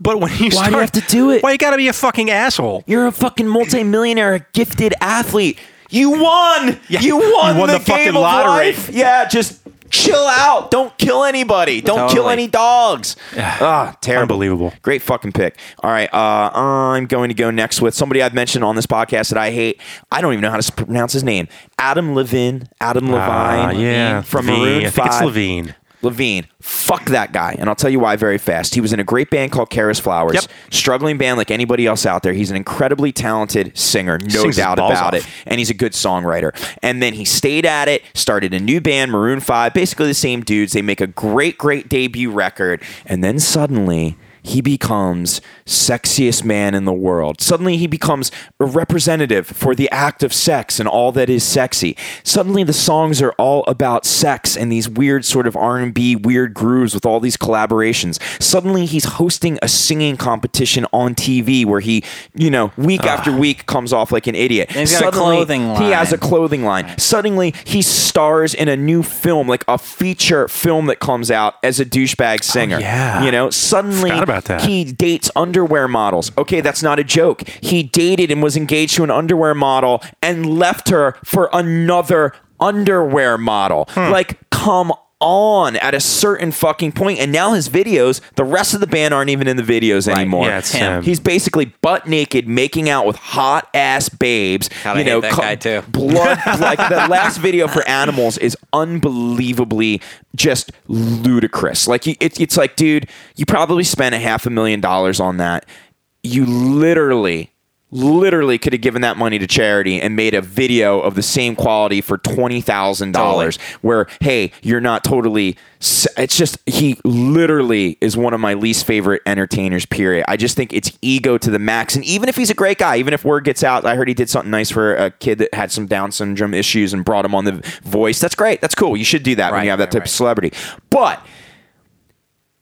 Speaker 2: But when you
Speaker 1: Why do you
Speaker 2: start-
Speaker 1: have to do it?
Speaker 2: Why you gotta be a fucking asshole?
Speaker 1: you're a fucking multimillionaire, a gifted athlete. You won.
Speaker 2: Yeah,
Speaker 1: You won,
Speaker 2: you won
Speaker 1: the,
Speaker 2: the fucking
Speaker 1: game of
Speaker 2: lottery.
Speaker 1: life. Yeah, just chill out. Don't kill anybody. Don't kill
Speaker 3: Totally.
Speaker 1: any dogs. ah, terrible.
Speaker 2: Unbelievable.
Speaker 1: Great fucking pick. All right, uh, I'm going to go next with somebody I've mentioned on this podcast that I hate. I don't even know how to s- pronounce his name. Adam Levine. Adam Levine.
Speaker 2: Ah, yeah,
Speaker 1: From
Speaker 2: Levine.
Speaker 1: Maroon
Speaker 2: I think it's
Speaker 1: 5.
Speaker 2: Levine.
Speaker 1: Levine, fuck that guy. And I'll tell you why very fast. He was in a great band called Karis Flowers.
Speaker 2: Yep.
Speaker 1: Struggling band like anybody else out there. He's an incredibly talented singer, no
Speaker 2: Sings his
Speaker 1: doubt
Speaker 2: balls
Speaker 1: about
Speaker 2: off.
Speaker 1: it. And he's a good songwriter. And then he stayed at it, started a new band, Maroon 5, basically the same dudes. They make a great, great debut record. And then suddenly he becomes sexiest man in the world. Suddenly he becomes a representative for the act of sex and all that is sexy. Suddenly the songs are all about sex and these weird sort of R&B weird grooves with all these collaborations. Suddenly he's hosting a singing competition on TV where he, you know, week after week comes off like an idiot.
Speaker 3: And he's got a clothing
Speaker 1: He has a
Speaker 3: line.
Speaker 1: clothing line. Suddenly, he stars in a new film, like a feature film that comes out as a douchebag singer.
Speaker 2: Oh, yeah.
Speaker 1: You know, suddenly
Speaker 2: Forgot about that.
Speaker 1: he dates underwear models. Okay, that's not a joke. He dated and was engaged to an underwear model and left her for another underwear model.
Speaker 2: Hmm.
Speaker 1: Like, come on at a certain fucking point and now his videos the rest of the band aren't even in the videos anymore
Speaker 2: Yeah, it's him.
Speaker 1: he's basically butt naked making out with hot ass babes
Speaker 3: God, I
Speaker 1: you
Speaker 3: hate
Speaker 1: know,
Speaker 3: that
Speaker 1: co-
Speaker 3: guy, too.
Speaker 1: Blood, like the last video for animals is unbelievably just ludicrous. Like you- it, it's like, dude, you probably spent a half a million dollars on that. You literally, literally could have given that money to charity and made a video of the same quality for twenty thousand dollars. Where hey, you're not totally. s- It's just he literally is one of my least favorite entertainers. Period. I just think it's ego to the max. And even if he's a great guy, even if word gets out, I heard he did something nice for a kid that had some Down syndrome issues and brought him on the voice. That's great. That's cool. You should do that when
Speaker 3: Right,
Speaker 1: you have that
Speaker 3: right,
Speaker 1: type
Speaker 3: right.
Speaker 1: of celebrity. But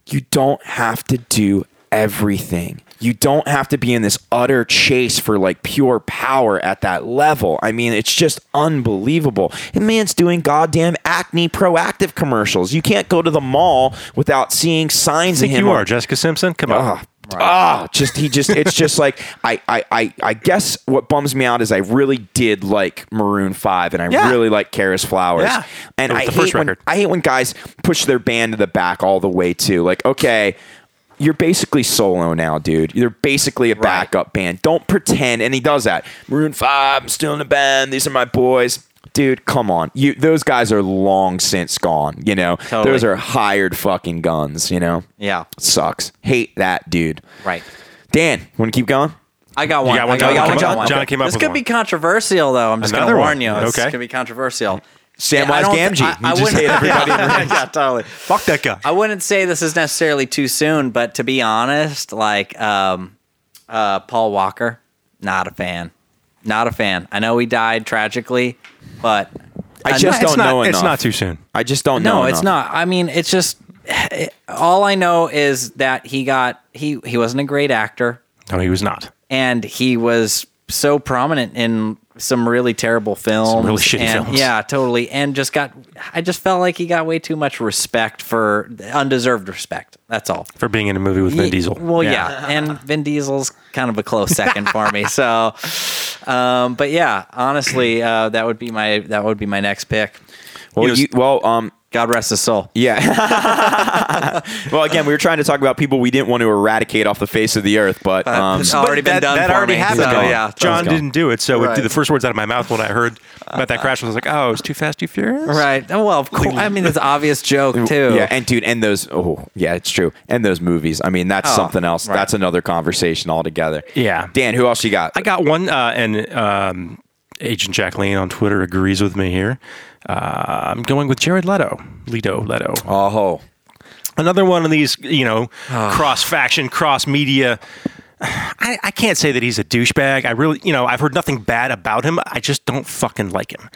Speaker 1: you don't have to do everything. You don't have to be in this utter chase for like pure power at that level. I mean, it's just unbelievable. And man's doing goddamn acne proactive commercials. You can't go to the mall without seeing signs of
Speaker 2: Think
Speaker 1: him.
Speaker 2: you
Speaker 1: on-
Speaker 2: are Jessica Simpson. Come on.
Speaker 1: Ah, ah, just he just it's just like I, I I I guess what bums me out is I really did like Maroon Five and I
Speaker 2: Yeah.
Speaker 1: really like Karis Flowers.
Speaker 2: Yeah.
Speaker 1: And
Speaker 2: It was
Speaker 1: I
Speaker 2: the
Speaker 1: hate
Speaker 2: first
Speaker 1: when
Speaker 2: record.
Speaker 1: I hate when guys push their band to the back all the way too. Like, okay, you're basically solo now, dude. You're basically a backup band. Don't pretend and he does that. Maroon Five, I'm still in the band, these are my boys. Dude, come on. You those guys are long since gone, you know.
Speaker 3: Totally.
Speaker 1: Those are hired fucking guns, you know.
Speaker 3: Yeah.
Speaker 1: Sucks. Hate that dude.
Speaker 3: Right.
Speaker 1: Dan, want to keep going?
Speaker 3: I got one.
Speaker 2: got one,
Speaker 3: I got
Speaker 1: John?
Speaker 3: one.
Speaker 1: John-
Speaker 3: I got one.
Speaker 2: John came up
Speaker 3: This
Speaker 2: with
Speaker 3: could
Speaker 2: one.
Speaker 3: be controversial, though. I'm just going to
Speaker 2: Another one.
Speaker 3: warn you. This
Speaker 2: Okay.
Speaker 3: going to be controversial.
Speaker 1: Samwise
Speaker 3: Yeah, I don't think-
Speaker 1: Gamgee. You just
Speaker 3: wouldn't-
Speaker 1: hate everybody
Speaker 3: yeah, yeah, totally.
Speaker 2: Fuck that guy.
Speaker 3: I wouldn't say this is necessarily too soon, but to be honest, like um, uh, Paul Walker, not a fan. Not a fan. I know he died tragically, but
Speaker 1: I just
Speaker 2: it's
Speaker 1: don't
Speaker 2: not,
Speaker 1: know
Speaker 2: It's
Speaker 1: enough.
Speaker 2: not too soon.
Speaker 1: I just don't know.
Speaker 3: no, it's
Speaker 1: enough.
Speaker 3: not. I mean, it's just all I know is that he got he he wasn't a great actor.
Speaker 2: No, he was not.
Speaker 3: and he was so prominent in some really terrible films.
Speaker 2: really shitty
Speaker 3: and-
Speaker 2: films.
Speaker 3: Yeah, totally. And just got, I just felt like he got way too much respect for undeserved respect. That's all.
Speaker 2: For being in a movie with Vin
Speaker 3: Ye-
Speaker 2: Diesel.
Speaker 3: Well, yeah. and Vin Diesel's kind of a close second for me. So, um, but yeah, honestly, uh, that would be my that would be my next pick.
Speaker 1: Well,
Speaker 2: You know,
Speaker 1: you, well, um,
Speaker 3: God rest his soul.
Speaker 1: yeah. well, again, we were trying to talk about people we didn't want to eradicate off the face of the earth, but um,
Speaker 3: it's already been
Speaker 2: that,
Speaker 3: done
Speaker 2: That
Speaker 3: for
Speaker 2: already
Speaker 3: me,
Speaker 2: happened.
Speaker 3: so,
Speaker 2: though.
Speaker 3: yeah, that
Speaker 2: John
Speaker 1: was gone.
Speaker 2: didn't do it. So it,
Speaker 3: Right.
Speaker 2: the first words out of my mouth when I heard about that crash was like, "Oh, it's too fast, too furious."
Speaker 3: Right. Oh, Well, of course. I mean, it's an obvious joke too.
Speaker 1: yeah, and dude, and those, oh, yeah, it's true. And those movies. I mean, that's
Speaker 3: Oh,
Speaker 1: something else.
Speaker 3: right.
Speaker 1: That's another conversation altogether.
Speaker 2: Yeah.
Speaker 1: Dan, who else you got?
Speaker 2: I got one, uh, and um, Agent Jacqueline on Twitter agrees with me here. Uh, I'm going with Jared Leto. Leto. Leto.
Speaker 1: oh,
Speaker 2: another one of these, you know, cross faction, cross media. I, I can't say that he's a douchebag. I really, you know, I've heard nothing bad about him. I just don't fucking like him.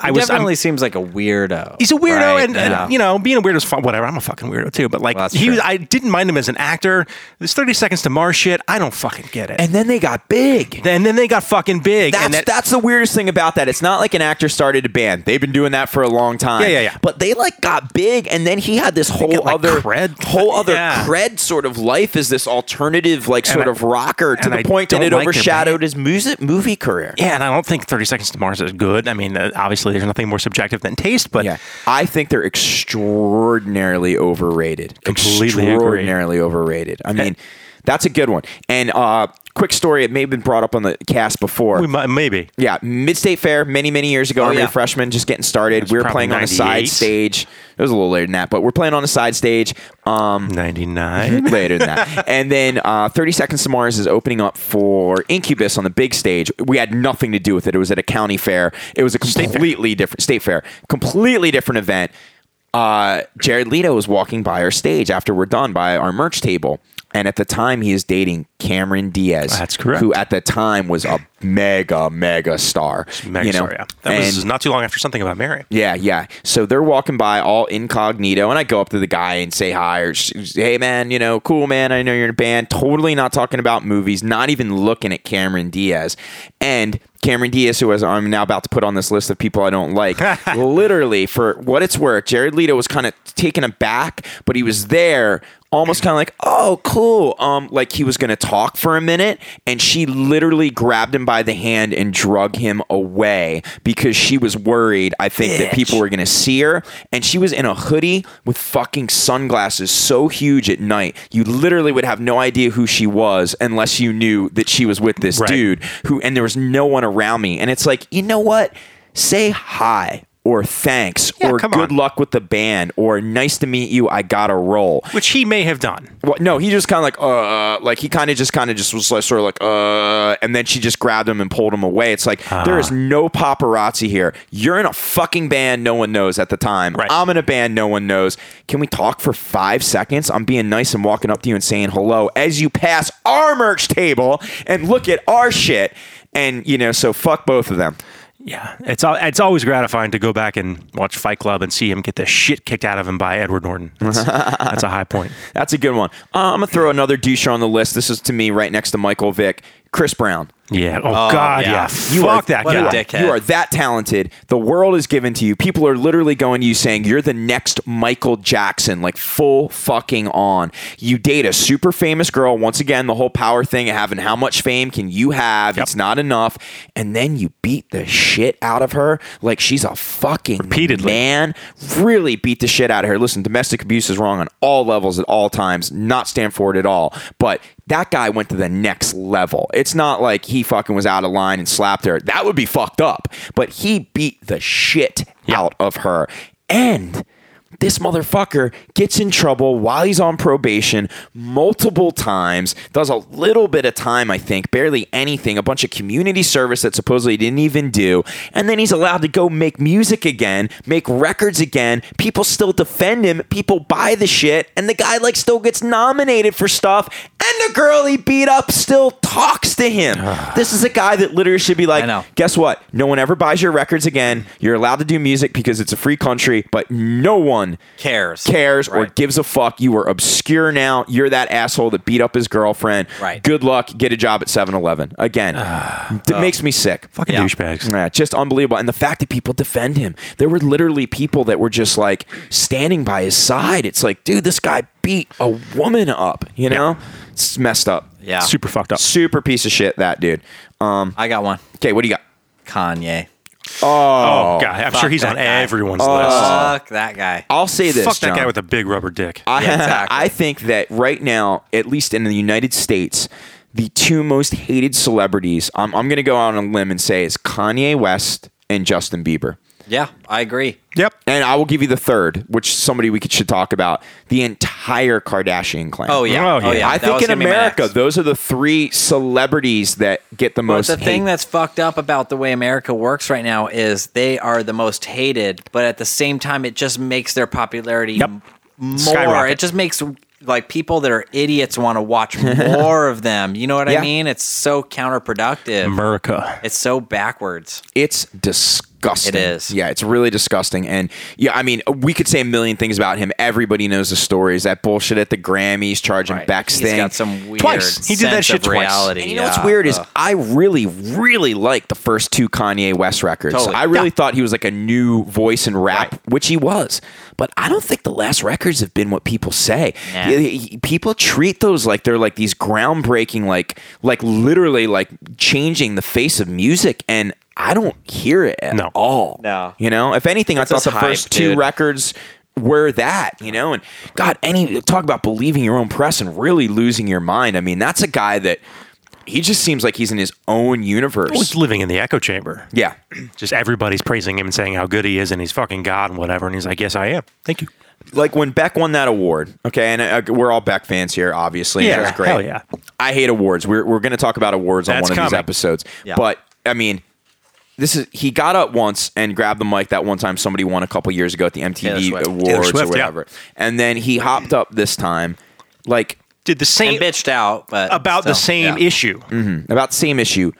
Speaker 2: I
Speaker 3: He
Speaker 2: was I'm-
Speaker 3: definitely seems like a weirdo.
Speaker 2: He's a weirdo,
Speaker 3: right?
Speaker 2: and, and,
Speaker 3: Yeah.
Speaker 2: you know, being a weirdo is fun. Whatever, I'm a fucking weirdo too. But like,
Speaker 3: Well, that's
Speaker 2: he, was-
Speaker 3: true.
Speaker 2: I didn't mind him as an actor. This 30 Seconds to Mars shit, I don't fucking get it. And,
Speaker 1: And then they got big.
Speaker 2: then they got fucking big.
Speaker 1: That's
Speaker 2: and that-
Speaker 1: that's the weirdest thing about that. It's not like an actor started a band. They've been doing that for a long time.
Speaker 2: Yeah, yeah, yeah.
Speaker 1: But they like got big, and then he had this whole
Speaker 2: got, like,
Speaker 1: other
Speaker 2: cred.
Speaker 1: whole other
Speaker 2: Yeah.
Speaker 1: cred sort of life as this alternative like
Speaker 2: And
Speaker 1: sort
Speaker 2: I-
Speaker 1: of rocker to
Speaker 2: and
Speaker 1: the
Speaker 2: I
Speaker 1: point that
Speaker 2: don't
Speaker 1: it
Speaker 2: like their
Speaker 1: overshadowed his music movie career.
Speaker 2: yeah, and I don't think 30 Seconds to Mars is good. I mean, uh, obviously, there's nothing more subjective than taste, but
Speaker 1: I think they're extraordinarily overrated.
Speaker 2: Completely agree.
Speaker 1: extraordinarily overrated. I mean, that's a good one. And uh, quick story, it may have been brought up on the cast before.
Speaker 2: we might, maybe.
Speaker 1: Yeah, Mid State Fair many many years ago.
Speaker 3: Oh,
Speaker 1: I remember
Speaker 3: yeah.
Speaker 1: freshmen just getting started. We were
Speaker 2: probably
Speaker 1: playing on a side
Speaker 2: 98.
Speaker 1: stage. It was a little later than that, but we're playing on a side stage. Um,
Speaker 2: 99.
Speaker 1: later than that. And then uh, 30 Seconds to Mars is opening up for Incubus on the big stage. We had nothing to do with it. It was at a county fair. It was a
Speaker 2: fair.
Speaker 1: completely different state fair, completely different event. Uh, Jared Leto was walking by our stage after we're done by our merch table. And at the time, he is dating Cameron Diaz.
Speaker 2: That's correct.
Speaker 1: Who at the time was a mega, mega star.
Speaker 2: Mega
Speaker 1: you know?
Speaker 2: sorry, yeah. That was
Speaker 1: And-
Speaker 2: not too long after something about Mary.
Speaker 1: yeah, yeah. So they're walking by all incognito, and I go up to the guy and say hi or sh- hey, man, you know, cool, man. I know you're in a band. Totally not talking about movies, not even looking at Cameron Diaz. And Cameron Diaz, who is, I'm now about to put on this list of people I don't like, literally, for what it's worth, Jared Leto was kind of taken aback, but he was there. Almost kind of like, oh, cool. Um, like he was gonna talk for a minute, and she literally grabbed him by the hand and drug him away because she was worried. I think that people were going to see her. And she was in a hoodie with fucking sunglasses so huge at night. You literally would have no idea who she was unless you knew that she was with this
Speaker 2: Right.
Speaker 1: dude who, and there was no one around me. And it's like, you know what? Say hi. Or thanks,
Speaker 2: Yeah,
Speaker 1: or
Speaker 2: come
Speaker 1: good
Speaker 2: on.
Speaker 1: luck with the band, or nice to meet you. I got to roll.
Speaker 2: Which he may have done.
Speaker 1: Well, no, he just kind of like, uh, like he kind of just kind of just was like, sort of like, uh, and then she just grabbed him and pulled him away. It's like, there is no paparazzi here. You're in a fucking band no one knows at the time.
Speaker 2: Right.
Speaker 1: I'm in a band no one knows. Can we talk for five seconds? I'm being nice and walking up to you and saying hello as you pass our merch table and look at our shit. And, you know, so fuck both of them.
Speaker 2: Yeah, it's al- it's always gratifying to go back and watch Fight Club and see him get the shit kicked out of him by Edward Norton. That's, that's a high point.
Speaker 1: That's a good one. Uh, I'm going to throw another douche on the list. This is to me right next to Michael Vick, Chris Brown.
Speaker 2: Yeah. Oh, God.
Speaker 3: yeah.
Speaker 2: Yeah.
Speaker 1: You
Speaker 2: Fuck
Speaker 1: are,
Speaker 2: that
Speaker 1: you
Speaker 3: a
Speaker 1: are-
Speaker 2: guy.
Speaker 3: dickhead.
Speaker 1: You are that talented. The world is given to you. People are literally going to you saying you're the next Michael Jackson, like full fucking on. You date a super famous girl. Once again, the whole power thing of having how much fame can you have? It's not enough. And then you beat the shit out of her like she's a fucking
Speaker 2: Repeatedly.
Speaker 1: man. Really beat the shit out of her. Listen, domestic abuse is wrong on all levels at all times. Not stand for it at all. But that guy went to the next level. It's not like he fucking was out of line and slapped her. That would be fucked up. But he beat the shit out of her. And this motherfucker gets in trouble while he's on probation multiple times, does a little bit of time, I think, barely anything, a bunch of community service that supposedly he didn't even do. And then he's allowed to go make music again, make records again. People still defend him, people buy the shit, and the guy like still gets nominated for stuff. And the girl he beat up still talks to him. this is a guy that literally should be like,
Speaker 3: I know.
Speaker 1: guess what? No one ever buys your records again. You're allowed to do music because it's a free country, but no one
Speaker 3: Cares.
Speaker 1: cares or
Speaker 3: Right.
Speaker 1: gives a fuck. You are obscure now. You're that asshole that beat up his girlfriend.
Speaker 3: Right.
Speaker 1: Good luck. Get a job at 7-Eleven. Again, it makes me sick.
Speaker 2: Fucking
Speaker 3: Yeah.
Speaker 2: douchebags.
Speaker 1: Yeah, just unbelievable. And the fact that people defend him. There were literally people that were just like standing by his side. It's like, dude, this guy beat a woman up, you know? It's messed up.
Speaker 3: Yeah.
Speaker 2: Super fucked up.
Speaker 1: Super piece of shit, that dude. Um,
Speaker 3: I got one.
Speaker 1: okay, what do you got?
Speaker 3: Kanye.
Speaker 2: Oh, God. I'm sure he's
Speaker 3: that
Speaker 2: on
Speaker 3: guy.
Speaker 2: everyone's Uh,
Speaker 3: Fuck that guy.
Speaker 1: I'll say
Speaker 2: list.
Speaker 1: this.
Speaker 2: Fuck that
Speaker 1: John.
Speaker 2: guy with a big rubber dick.
Speaker 1: I,
Speaker 3: Yeah, exactly.
Speaker 1: I think that right now, at least in the United States, the two most hated celebrities, I'm, I'm going to go out on a limb and say, is Kanye West and Justin Bieber.
Speaker 3: Yeah, I agree.
Speaker 2: yep.
Speaker 1: And I will give you the third, which somebody we could, should talk about the entire Kardashian clan.
Speaker 3: Oh yeah.
Speaker 2: Oh,
Speaker 3: Oh
Speaker 2: yeah.
Speaker 3: yeah.
Speaker 1: I
Speaker 3: That was
Speaker 1: think in
Speaker 3: gonna be my
Speaker 1: America,
Speaker 3: next.
Speaker 1: those are the three celebrities that get the
Speaker 3: But
Speaker 1: most
Speaker 3: the
Speaker 1: hate.
Speaker 3: thing that's fucked up about the way America works right now is they are the most hated, but at the same time, it just makes their popularity
Speaker 2: Yep.
Speaker 3: m- more.
Speaker 2: Skyrocket.
Speaker 3: It just makes like people that are idiots want to watch more of them. You know what
Speaker 1: Yeah.
Speaker 3: I mean? It's so counterproductive.
Speaker 2: America.
Speaker 3: It's so backwards.
Speaker 1: it's disgusting. disgusting.
Speaker 3: It is.
Speaker 1: Yeah, it's really disgusting. And yeah, I mean, we could say a million things about him. Everybody knows the stories. That bullshit at the Grammys, charging
Speaker 3: Right.
Speaker 1: Beck's
Speaker 3: He's
Speaker 1: thing.
Speaker 3: got some weird
Speaker 1: Twice.
Speaker 2: He did that
Speaker 3: sense
Speaker 2: shit
Speaker 3: of
Speaker 2: twice.
Speaker 3: reality.
Speaker 1: And you know what's
Speaker 3: yeah.
Speaker 1: weird is
Speaker 3: Ugh.
Speaker 1: I really, really like the first two Kanye West records.
Speaker 3: Totally.
Speaker 1: I really
Speaker 2: Yeah.
Speaker 1: thought he was like a new voice in rap,
Speaker 3: Right.
Speaker 1: which he was. But I don't think the last records have been what people say.
Speaker 3: Nah.
Speaker 1: He- he- People treat those like they're like these groundbreaking, like like literally like changing the face of music and. I don't hear it at
Speaker 2: No.
Speaker 1: all.
Speaker 3: No.
Speaker 1: You know, if anything, I thought
Speaker 3: That's
Speaker 1: the
Speaker 3: hype,
Speaker 1: first two
Speaker 3: dude.
Speaker 1: records were that, you know, and God, any talk about believing your own press and really losing your mind. I mean, that's a guy that he just seems like he's in his own
Speaker 2: He's
Speaker 1: universe.
Speaker 2: living in the echo chamber.
Speaker 1: Yeah.
Speaker 2: Just everybody's praising him and saying how good he is and he's fucking God and whatever. And he's like, yes, I am. Thank you.
Speaker 1: Like when Beck won that award, okay, and uh, we're all Beck fans here, obviously. and
Speaker 2: Yeah,
Speaker 1: that's great.
Speaker 2: hell yeah.
Speaker 1: I hate awards. We're, we're going to talk about awards on
Speaker 2: That's
Speaker 1: one of these
Speaker 2: coming.
Speaker 1: episodes.
Speaker 3: Yeah.
Speaker 1: But, I mean, this is he got up once and grabbed the mic that one time somebody won a couple years ago at the
Speaker 3: Taylor
Speaker 1: MTV
Speaker 3: Swift.
Speaker 2: Taylor
Speaker 1: Awards
Speaker 2: Swift,
Speaker 1: or
Speaker 2: yeah.
Speaker 1: whatever. And then he hopped up this time, like,
Speaker 2: Did the
Speaker 3: and
Speaker 2: same
Speaker 3: bitched out, but
Speaker 2: about the
Speaker 3: still,
Speaker 2: same
Speaker 3: yeah.
Speaker 2: issue.
Speaker 1: about the same issue.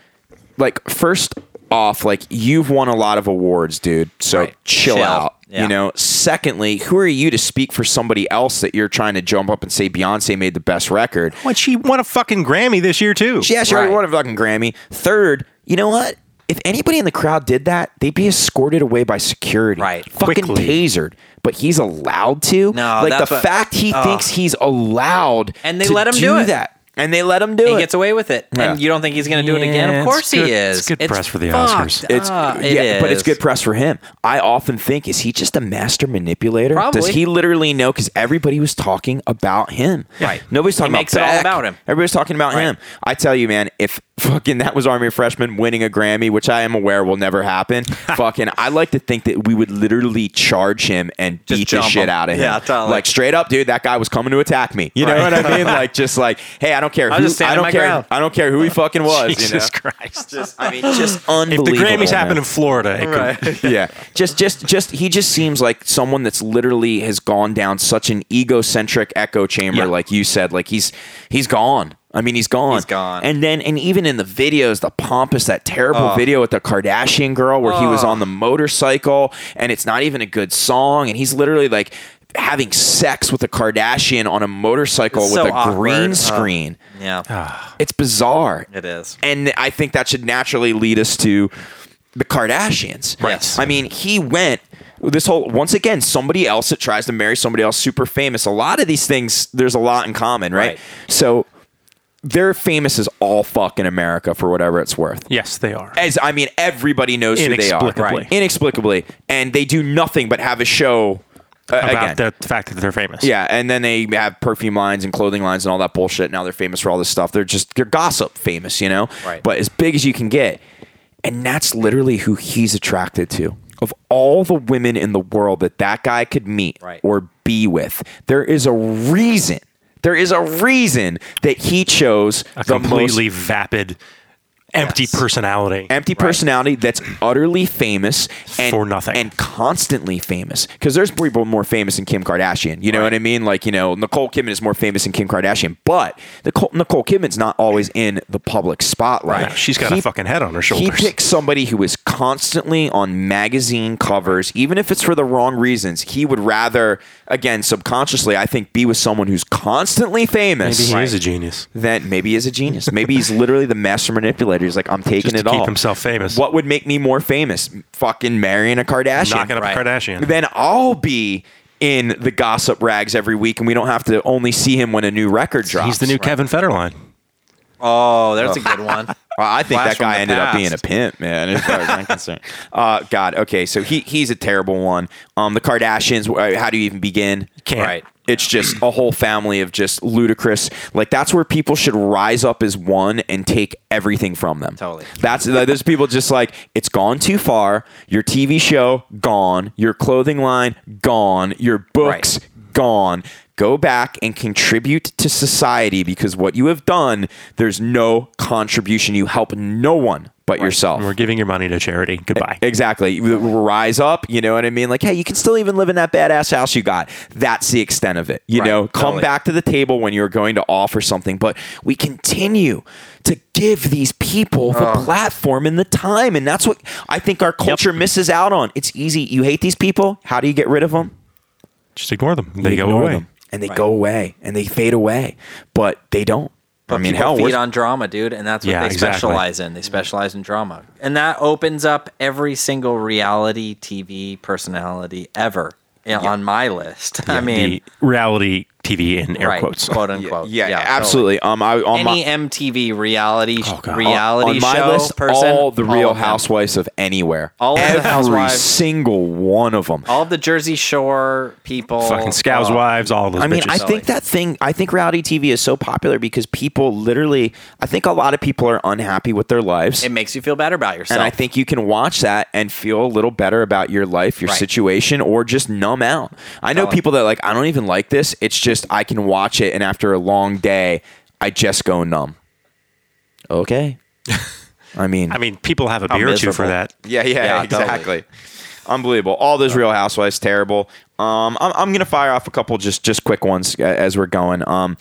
Speaker 1: Like first off, like you've won a lot of awards, dude. So
Speaker 3: Right.
Speaker 1: chill,
Speaker 3: Chill.
Speaker 1: out.
Speaker 3: Yeah.
Speaker 1: You know. Secondly, who are you to speak for somebody else that you're trying to jump up and say Beyonce made the best record?
Speaker 2: When she won a fucking Grammy this year too.
Speaker 1: She actually already
Speaker 3: Right.
Speaker 1: won a fucking Grammy. Third, you know what? If anybody in the crowd did that, they'd be escorted away by security.
Speaker 3: Right.
Speaker 1: Fucking
Speaker 2: Quickly.
Speaker 1: tasered. But he's allowed to.
Speaker 3: No,
Speaker 1: like
Speaker 3: that's
Speaker 1: the
Speaker 3: what-
Speaker 1: fact he
Speaker 3: Ugh.
Speaker 1: thinks he's allowed
Speaker 3: And they
Speaker 1: to
Speaker 3: let him do it.
Speaker 1: that. And they let him do
Speaker 3: He
Speaker 1: it.
Speaker 3: gets away with it,
Speaker 1: Yeah.
Speaker 3: and you don't think he's going to do it
Speaker 2: Yeah,
Speaker 3: again? Of
Speaker 2: it's
Speaker 3: course
Speaker 2: good-
Speaker 3: he is.
Speaker 2: it's good press for the
Speaker 3: fucked
Speaker 2: Oscars.
Speaker 1: It's
Speaker 3: up. Ah, It
Speaker 1: yeah, but it's
Speaker 3: is.
Speaker 1: good press for him. I often think is he just a master manipulator? Does
Speaker 3: Probably.
Speaker 1: he literally know? Because everybody was talking about him.
Speaker 3: Right.
Speaker 1: Nobody's talking
Speaker 3: He
Speaker 1: about
Speaker 3: makes it all
Speaker 1: Beck.
Speaker 3: about him.
Speaker 1: Everybody's talking about
Speaker 3: Right.
Speaker 1: him. I tell you, man, if fucking that was Army freshman winning a Grammy, which I am aware will never happen, fucking, I like to think that we would literally charge him and
Speaker 3: Just
Speaker 1: beat the
Speaker 3: jump
Speaker 1: shit
Speaker 3: him.
Speaker 1: out of him.
Speaker 3: Yeah, totally.
Speaker 1: like straight up, dude. That guy was coming to attack me. You know
Speaker 3: Right.
Speaker 1: what I mean? Like just like, hey, I don't care.
Speaker 3: I'll
Speaker 1: who,
Speaker 3: just stand
Speaker 1: I
Speaker 3: in
Speaker 1: don't
Speaker 3: my
Speaker 1: care.
Speaker 3: ground.
Speaker 1: I don't care who he fucking was.
Speaker 2: Jesus
Speaker 1: you know?
Speaker 2: Christ.
Speaker 1: I mean, just
Speaker 2: If
Speaker 1: unbelievable.
Speaker 2: the Grammys
Speaker 1: man
Speaker 2: happen in Florida, it could-
Speaker 1: yeah just just just he just seems like someone that's literally has gone down such an egocentric echo chamber
Speaker 2: Yeah.
Speaker 1: like you said like he's he's gone I mean, he's gone.
Speaker 3: He's gone.
Speaker 1: And then, and even in the videos, the pompous, that terrible video with the Kardashian girl where he was
Speaker 3: Oh.
Speaker 1: on the motorcycle and it's not even a good song. And he's literally like having sex with a Kardashian on a motorcycle
Speaker 3: It's
Speaker 1: with
Speaker 3: so
Speaker 1: a
Speaker 3: awkward.
Speaker 1: green
Speaker 3: Oh.
Speaker 1: screen.
Speaker 3: Yeah,
Speaker 1: It's bizarre.
Speaker 3: it is.
Speaker 1: And I think that should naturally lead us to the Kardashians.
Speaker 3: Right. Yes.
Speaker 1: I mean, he went this whole once again somebody else that tries to marry somebody else super famous. A lot of these things there's a lot in common, right?
Speaker 3: Right.
Speaker 1: So they're famous as all fuck in America for whatever it's worth.
Speaker 2: yes, they are.
Speaker 1: As I mean, everybody knows who they are,
Speaker 2: Inexplicably. Right.
Speaker 1: Inexplicably, and they do nothing but have a show uh, again.
Speaker 2: About the fact that they're famous.
Speaker 1: Yeah, and then they have perfume lines and clothing lines and all that bullshit. Now they're famous for all this stuff. They're just they're gossip famous, you know.
Speaker 3: Right.
Speaker 1: But as big as you can get, and that's literally who he's attracted to. Of all the women in the world that that guy could meet
Speaker 3: Right.
Speaker 1: or be with, there is a reason. There is a reason that he chose
Speaker 2: A
Speaker 1: the most
Speaker 2: completely vapid, empty
Speaker 3: Yes.
Speaker 2: personality.
Speaker 1: empty personality that's utterly famous and
Speaker 2: For nothing.
Speaker 1: and constantly famous because there's people more famous than Kim Kardashian. You know what I mean? Like you know, Nicole Kidman is more famous than Kim Kardashian, but Nicole, Nicole Kidman's not always in the public spotlight.
Speaker 2: Yeah, she's got a fucking head on her
Speaker 1: He
Speaker 2: shoulders.
Speaker 1: picks somebody who is constantly on magazine covers, even if it's for the wrong reasons. He would rather, again, subconsciously, I think, be with someone who's constantly famous.
Speaker 2: Maybe he
Speaker 1: than
Speaker 2: is a genius.
Speaker 1: maybe he's a genius. Maybe he's literally the master manipulator. He's like, I'm taking
Speaker 2: Just to
Speaker 1: it
Speaker 2: keep
Speaker 1: all.
Speaker 2: himself famous.
Speaker 1: What would make me more famous? Fucking marrying a Kardashian.
Speaker 2: Knocking up
Speaker 3: Right.
Speaker 2: a Kardashian.
Speaker 1: Then I'll be in the gossip rags every week, and we don't have to only see him when a new record drops.
Speaker 2: He's the new Kevin Federline.
Speaker 3: Oh, there's a good one.
Speaker 1: Well, I think
Speaker 3: Flash
Speaker 1: that guy
Speaker 3: from the
Speaker 1: ended up being a
Speaker 3: past.
Speaker 1: pimp, man. As far as I'm concerned. Uh, God. Okay. So he he's a terrible one. Um, the Kardashians. uh, How do you even begin?
Speaker 2: Can't.
Speaker 3: Right.
Speaker 1: It's just a whole family of just ludicrous. Like that's where people should rise up as one and take everything from them.
Speaker 3: Totally.
Speaker 1: That's like, there's people just like it's gone too far. Your TV show gone. Your clothing line gone. Your books gone. Go back and contribute to society because what you have done, there's no contribution. You help no one but yourself.
Speaker 2: And we're giving your money to charity. Goodbye.
Speaker 1: Exactly. You Rise up. You know what I mean? Like, hey, you can still even live in that badass house you got. That's the extent of it. You
Speaker 3: Right.
Speaker 1: know, come
Speaker 3: Totally.
Speaker 1: back to the table when you're going to offer something. But we continue to give these people the platform and the time. And that's what I think our culture misses out on. It's easy. You hate these people. How do you get rid of them?
Speaker 2: Just ignore them. They go
Speaker 1: Ignore
Speaker 2: away.
Speaker 1: them. And they go away and they fade away. But they don't. I mean, hell,
Speaker 3: feed
Speaker 1: we're-
Speaker 3: on drama, dude, and that's what
Speaker 2: Yeah,
Speaker 3: they
Speaker 2: exactly.
Speaker 3: specialize in. They specialize in drama, and that opens up every single reality TV personality ever you know, on my list. I mean,
Speaker 2: The reality TV in air
Speaker 3: right,
Speaker 2: quotes.
Speaker 3: quote unquote.
Speaker 1: yeah,
Speaker 3: totally.
Speaker 1: absolutely. Um, I on my,
Speaker 3: Any MTV reality
Speaker 2: Oh, God.
Speaker 1: on
Speaker 3: reality
Speaker 1: my
Speaker 3: show
Speaker 1: list,
Speaker 3: person,
Speaker 1: all the
Speaker 3: of
Speaker 1: Real
Speaker 3: them.
Speaker 1: Housewives of anywhere,
Speaker 3: All of the
Speaker 1: every
Speaker 3: housewives.
Speaker 1: single one of them.
Speaker 3: all the Jersey Shore people,
Speaker 2: Fucking scouse
Speaker 3: uh,
Speaker 2: wives, all those
Speaker 1: I mean,
Speaker 2: bitches.
Speaker 1: I think that thing. I think reality TV is so popular because people literally. I think a lot of people are unhappy with their lives,
Speaker 3: It makes you feel better about yourself.
Speaker 1: and I think you can watch that and feel a little better about your life, your
Speaker 3: Right.
Speaker 1: situation, or just numb out. I know
Speaker 3: Totally.
Speaker 1: people that are like I don't even like this. It's just I can watch it, and after a long day, I just go numb. Okay. I mean,
Speaker 2: I mean, people have a beer or two for
Speaker 3: miserable.
Speaker 2: that.
Speaker 1: Yeah, yeah,
Speaker 3: Yeah, totally.
Speaker 1: exactly. Unbelievable. All those Real Housewives, terrible. Um, I'm, I'm gonna fire off a couple just just quick ones uh, as we're going. Um,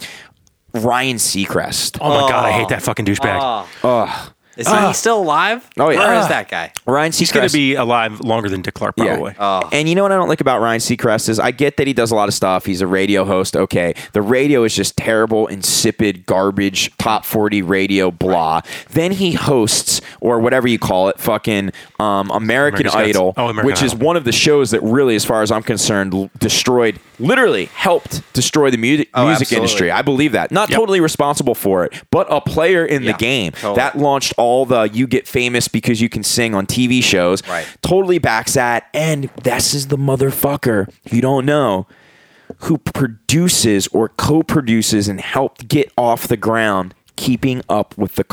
Speaker 1: Ryan Seacrest.
Speaker 2: Oh my god, I hate that fucking douchebag.
Speaker 3: Oh. Is
Speaker 2: Ah.
Speaker 3: he still alive?
Speaker 1: Oh, yeah.
Speaker 3: Where is
Speaker 1: Ah.
Speaker 3: that guy?
Speaker 1: Ryan Seacrest.
Speaker 2: He's going to be alive longer than Dick Clark, probably.
Speaker 3: Ah.
Speaker 1: And you know what I don't like about Ryan Seacrest is I get that he does a lot of stuff. He's a radio host. Okay. The radio is just terrible, insipid, garbage, top 40 radio, blah. Then he hosts, or whatever you call it, fucking um, American
Speaker 2: America's Got-
Speaker 1: Idol,
Speaker 2: oh, American
Speaker 1: which is
Speaker 2: Idol.
Speaker 1: one of the shows that really, as far as I'm concerned, l- destroyed, literally helped destroy the music, music
Speaker 3: Oh, absolutely.
Speaker 1: industry. I believe that. Not
Speaker 2: Yep.
Speaker 1: totally responsible for it, but a player in
Speaker 3: Yeah,
Speaker 1: the game.
Speaker 3: totally.
Speaker 1: That launched all the you get famous because you can sing on TV shows.
Speaker 3: Right.
Speaker 1: Totally backs that. And this is the motherfucker you don't know who produces or co produces and helped get off the ground keeping up with the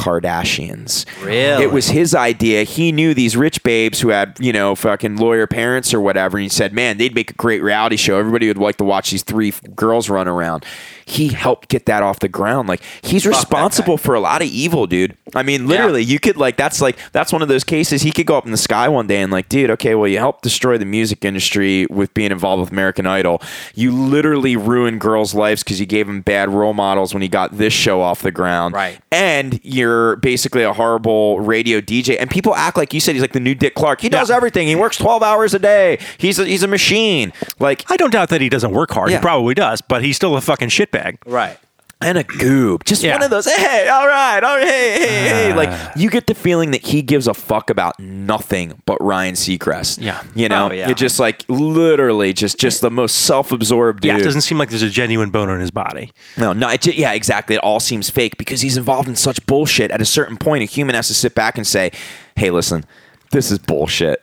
Speaker 1: Kardashians.
Speaker 3: Really?
Speaker 1: It was his idea. He knew these rich babes who had, you know, fucking lawyer parents or whatever. And he said, man, they'd make a great reality show. Everybody would like to watch these three f- girls run around. He helped get that off the ground. Like, he's
Speaker 3: that
Speaker 1: responsible for a lot of evil, dude. I mean, literally, you could, like, that's like, that's one of those cases. He could go up in the sky one day and, like, dude, okay, well, you helped destroy the music industry with being involved with American Idol. You literally ruined girls' lives because you gave them bad role models when you got this show off the ground
Speaker 3: Right.
Speaker 1: and you're basically a horrible radio DJ. And people act like you said he's like the new Dick Clark. He does
Speaker 2: Yeah.
Speaker 1: everything. He works twelve hours a day. He's a, he's a machine. Like
Speaker 2: I don't doubt that he doesn't work hard.
Speaker 1: Yeah.
Speaker 2: He probably does, but he's still a fucking shitbag.
Speaker 3: Right.
Speaker 1: and a goob. Just
Speaker 2: Yeah. Ah.
Speaker 1: one of those. Hey, all right, all right, hey, hey, hey. Like you get the feeling that he gives a fuck about nothing but Ryan Seacrest.
Speaker 2: Yeah.
Speaker 1: you know,
Speaker 3: Oh, yeah.
Speaker 1: it just like literally just just the most self-absorbed dude.
Speaker 2: Yeah, it doesn't seem like there's a genuine bone in his body.
Speaker 1: No, no, it, ju- yeah, exactly. It all seems fake because he's involved in such bullshit. At a certain point, a human has to sit back and say, "Hey, listen, this is bullshit.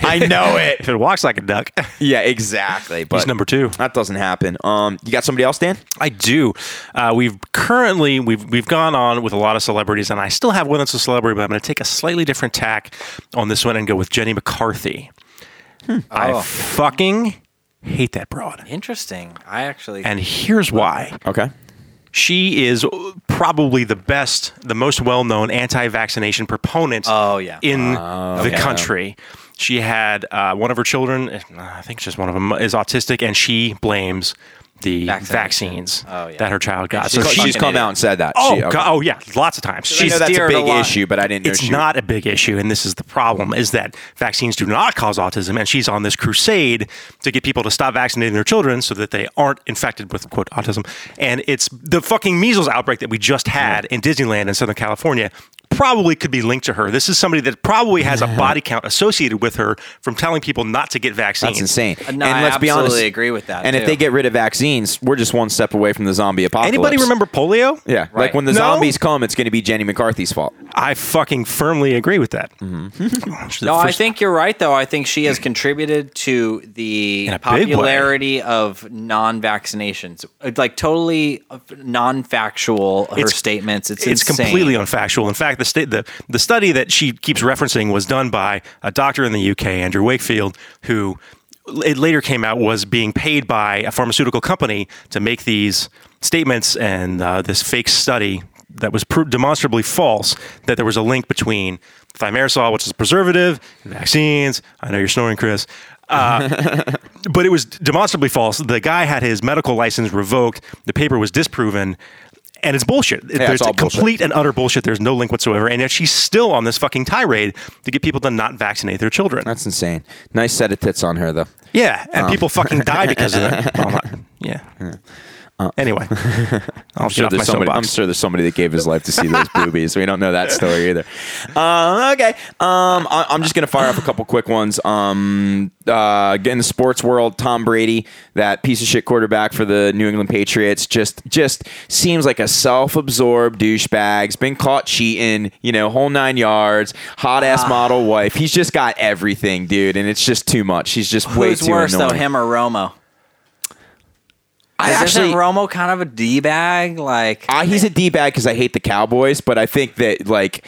Speaker 1: I know it."
Speaker 2: If it walks like a duck,
Speaker 1: Yeah, exactly. But
Speaker 2: number two.
Speaker 1: That doesn't happen. Um, you got somebody else, Dan?
Speaker 2: I do. Uh, we've currently we've we've gone on with a lot of celebrities, and I still have one that's a celebrity, but I'm going to take a slightly different tack on this one and go with Jenny McCarthy. I fucking hate that broad,
Speaker 3: Interesting. I actually.
Speaker 2: and here's why.
Speaker 1: Okay.
Speaker 2: She is probably the best, the most well known anti vaccination proponent
Speaker 3: Oh, yeah.
Speaker 2: in
Speaker 1: Uh,
Speaker 2: the country. She had uh, one of her children, uh, I think just one of them, is autistic, and she blames the
Speaker 3: Vaccination.
Speaker 2: vaccines
Speaker 3: Oh, yeah.
Speaker 2: that her child got.
Speaker 3: she's
Speaker 1: She's
Speaker 3: fucking
Speaker 1: come
Speaker 3: idiot.
Speaker 1: out and said that.
Speaker 2: Oh,
Speaker 1: She- okay.
Speaker 2: God, oh yeah, lots of times.
Speaker 1: I
Speaker 2: She's
Speaker 1: know that's a
Speaker 3: steered a
Speaker 1: big
Speaker 3: lot.
Speaker 1: issue, but I didn't know
Speaker 2: it's
Speaker 1: she-
Speaker 2: not a big issue, and this is the problem: is that vaccines do not cause autism, and she's on this crusade to get people to stop vaccinating their children so that they aren't infected with quote autism. And it's the fucking measles outbreak that we just had in Disneyland in Southern California. Probably could be linked to her. This is somebody that probably has a body count associated with her from telling people not to get vaccines.
Speaker 1: That's insane.
Speaker 3: Uh, No,
Speaker 1: and
Speaker 3: I
Speaker 1: let's be honest,
Speaker 3: absolutely agree with that,
Speaker 1: And if
Speaker 3: too.
Speaker 1: they get rid of vaccines, we're just one step away from the zombie apocalypse.
Speaker 2: Anybody remember polio?
Speaker 1: Yeah, like
Speaker 3: Right.
Speaker 1: when the
Speaker 2: No?
Speaker 1: zombies come, it's going to be Jenny McCarthy's fault.
Speaker 2: I fucking firmly agree with that.
Speaker 1: Mm-hmm.
Speaker 3: no, I think you're right, though. I think she has contributed to the
Speaker 2: In a big way.
Speaker 3: popularity of non-vaccinations, like totally non-factual. Her
Speaker 2: It's-
Speaker 3: statements. It's
Speaker 2: it's
Speaker 3: insane.
Speaker 2: completely unfactual. In fact, the, sta- the the study that she keeps referencing was done by a doctor in the UK, Andrew Wakefield, who it later came out was being paid by a pharmaceutical company to make these statements and uh, this fake study that was pro- demonstrably false that there was a link between thimerosal, which is a preservative, vaccines. I know you're snoring, Chris. Uh, but it was demonstrably false. The guy had his medical license revoked. The paper was disproven. And it's bullshit. It-
Speaker 1: Yeah, it's
Speaker 2: there's
Speaker 1: all
Speaker 2: a complete
Speaker 1: bullshit.
Speaker 2: and utter bullshit. There's no link whatsoever. And yet she's still on this fucking tirade to get people to not vaccinate their children.
Speaker 1: That's insane. Nice set of tits on her though.
Speaker 2: Yeah, and people fucking die because of that. Well, not- uh, Oh yeah. Uh, anyway, I'll
Speaker 1: I'm sure,
Speaker 2: get off my
Speaker 1: there's somebody, I'm
Speaker 2: soapbox.
Speaker 1: sure there's somebody that gave his life to see those boobies. We don't know that story either. Um, okay. Um, I, I'm just going to fire off a couple quick ones. Um, uh, in the sports world, Tom Brady, that piece of shit quarterback for the New England Patriots, just just seems like a self-absorbed douchebag. He's been caught cheating, you know, whole nine yards, hot-ass
Speaker 3: Ah.
Speaker 1: model wife. He's just got everything, dude, and it's just too much. He's just way
Speaker 3: Who's
Speaker 1: too
Speaker 3: worse
Speaker 1: annoying.
Speaker 3: though, him or Romo?
Speaker 1: I
Speaker 3: Isn't
Speaker 1: actually,
Speaker 3: Romo kind of a d bag? Like
Speaker 1: Uh, he's a d bag because I hate the Cowboys, but I think that like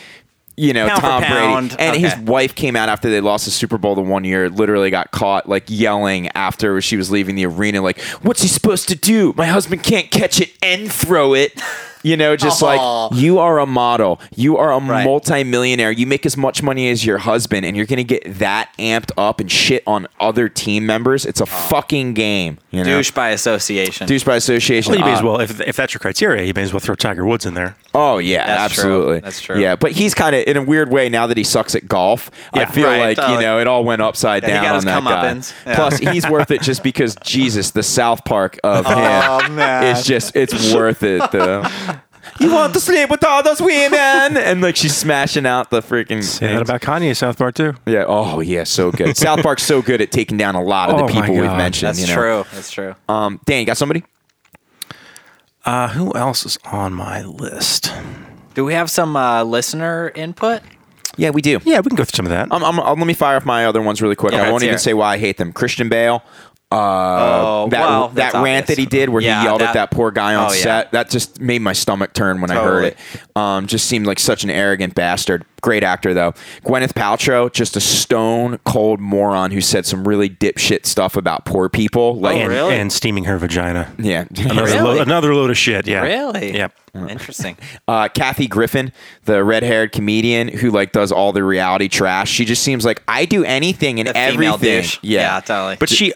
Speaker 1: you know
Speaker 3: Pound for
Speaker 1: Tom
Speaker 3: pound,
Speaker 1: Brady and his
Speaker 3: okay.
Speaker 1: wife came out after they lost the Super Bowl the one year, literally got caught like yelling after she was leaving the arena, like "What's he supposed to do? My husband can't catch it and throw it." You know, just
Speaker 3: Aw.
Speaker 1: like you are a model, you are a
Speaker 3: Right.
Speaker 1: multimillionaire, you make as much money as your husband, and you're gonna get that amped up and shit on other team members. It's a fucking game, you know.
Speaker 3: douche by association.
Speaker 1: Douche by association.
Speaker 2: Well, you may
Speaker 1: Uh,
Speaker 2: as well, if, if that's your criteria, you may as well throw Tiger Woods in there.
Speaker 1: Oh yeah,
Speaker 3: That's true.
Speaker 1: absolutely.
Speaker 3: That's true.
Speaker 1: Yeah, but he's kind of in a weird way now that he sucks at golf. I
Speaker 2: Yeah.
Speaker 1: feel
Speaker 3: Right.
Speaker 1: like you
Speaker 3: Oh,
Speaker 1: know it all went upside
Speaker 3: Yeah, he
Speaker 1: down
Speaker 3: got
Speaker 1: on
Speaker 3: his
Speaker 1: that guy.
Speaker 3: comeuppance. Yeah.
Speaker 1: Plus, he's worth it just because Jesus, the South Park of him,
Speaker 3: Oh, man.
Speaker 1: it's just it's worth it though. You want to sleep with all those women, and like she's smashing out the freaking.
Speaker 2: Say that
Speaker 1: things.
Speaker 2: about Kanye South Park, too.
Speaker 1: yeah. Oh yeah, so good. South Park's so good at taking down a lot of
Speaker 2: Oh,
Speaker 1: the
Speaker 2: my
Speaker 1: people we've
Speaker 2: God.
Speaker 1: mentioned.
Speaker 3: That's
Speaker 1: you know?
Speaker 3: true. That's true.
Speaker 1: Um, Dan, you got somebody?
Speaker 2: Uh, who else is on my list?
Speaker 3: Do we have some uh, listener input?
Speaker 1: Yeah, we do.
Speaker 2: Yeah, we can go through some of that.
Speaker 1: I'm, I'm, I'll- let me fire off my other ones really quick.
Speaker 3: Yeah,
Speaker 1: I
Speaker 3: let's
Speaker 1: won't
Speaker 3: hear
Speaker 1: even
Speaker 3: it.
Speaker 1: say why I hate them. Christian Bale. Uh,
Speaker 3: Oh,
Speaker 1: that
Speaker 3: well,
Speaker 1: that
Speaker 3: that's
Speaker 1: rant
Speaker 3: obvious.
Speaker 1: that he did where
Speaker 3: Yeah,
Speaker 1: he yelled at that
Speaker 3: that-
Speaker 1: poor guy on
Speaker 3: oh, yeah.
Speaker 1: set that just made my stomach turn when I heard
Speaker 3: Totally.
Speaker 1: it. Um, just seemed like such an arrogant bastard. Great actor though. Gwyneth Paltrow, just a stone cold moron who said some really dipshit stuff about poor people. Like,
Speaker 2: and,
Speaker 3: Oh, really?
Speaker 2: and steaming her vagina.
Speaker 1: yeah,
Speaker 2: Another,
Speaker 3: Really?
Speaker 2: load, another load of shit, yeah.
Speaker 3: Really?
Speaker 2: Yep.
Speaker 3: Interesting.
Speaker 1: uh, Kathy Griffin, the red-haired comedian who like does all the reality trash. She just seems like I do anything and
Speaker 3: The female
Speaker 1: everything.
Speaker 3: douche. Yeah, totally.
Speaker 2: But she,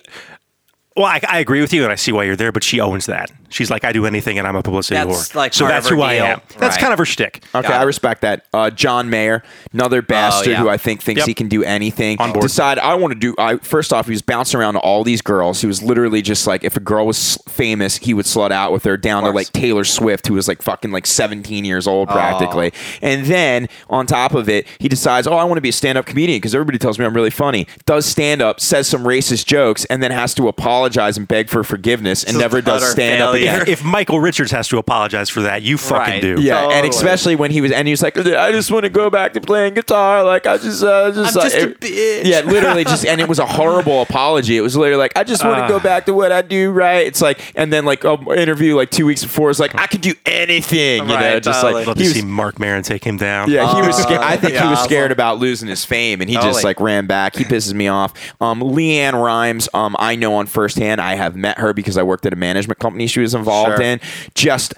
Speaker 2: well, I, I agree with you, and I see why you're there. But she owns that. She's like, I do anything, and I'm a publicity
Speaker 3: That's
Speaker 2: whore.
Speaker 3: like
Speaker 2: so
Speaker 3: part
Speaker 2: that's
Speaker 3: of her
Speaker 2: who I
Speaker 3: deal.
Speaker 2: am. That's
Speaker 3: Right.
Speaker 2: kind of her shtick.
Speaker 1: Okay,
Speaker 3: Got
Speaker 1: I
Speaker 3: it.
Speaker 1: respect that. Uh, John Mayer, another bastard
Speaker 3: yeah.
Speaker 1: who I think thinks
Speaker 2: Yep.
Speaker 1: he can do anything.
Speaker 2: On board.
Speaker 1: Decide I want to do. I first off, he was bouncing around to all these girls. He was literally just like, if a girl was s- famous, he would slut out with her down to like Taylor Swift, who was like fucking like 17 years old practically. And then on top of it, he decides, oh, I want to be a stand-up comedian because everybody tells me I'm really funny. Does stand-up, says some racist jokes, and then has to apologize and beg for forgiveness, and
Speaker 3: This is
Speaker 1: never does
Speaker 3: utter
Speaker 1: stand-up
Speaker 3: failure.
Speaker 1: again.
Speaker 2: If Michael Richards has to apologize for that, you fucking
Speaker 3: Right.
Speaker 2: do.
Speaker 1: Yeah, and
Speaker 3: Totally.
Speaker 1: especially when he was, and he was like, I just want to go back to playing guitar. Like I just, uh, just,
Speaker 3: I'm
Speaker 1: uh,
Speaker 3: just a
Speaker 1: it-
Speaker 3: bitch."
Speaker 1: Yeah, literally just, and it was a horrible apology. It was literally like, I just want to
Speaker 2: Ah.
Speaker 1: go back to what I do, right? It's like, and then like an interview like two weeks before is like, I could do anything, you know,
Speaker 3: Right,
Speaker 1: just
Speaker 3: totally.
Speaker 1: like
Speaker 2: Love
Speaker 1: he
Speaker 2: to
Speaker 1: was,
Speaker 2: see Mark Maron take him down. Uh,
Speaker 1: yeah, he was. Scared.
Speaker 3: Oh,
Speaker 1: I think
Speaker 3: that'd
Speaker 1: he
Speaker 3: be
Speaker 1: was scared
Speaker 3: awesome.
Speaker 1: about losing his fame, and he
Speaker 3: Totally.
Speaker 1: just like ran back. He pisses me off. Um, Leanne Rhymes, um, I know on firsthand. I have met her because I worked at a management company she was involved
Speaker 3: Sure.
Speaker 1: in. Just.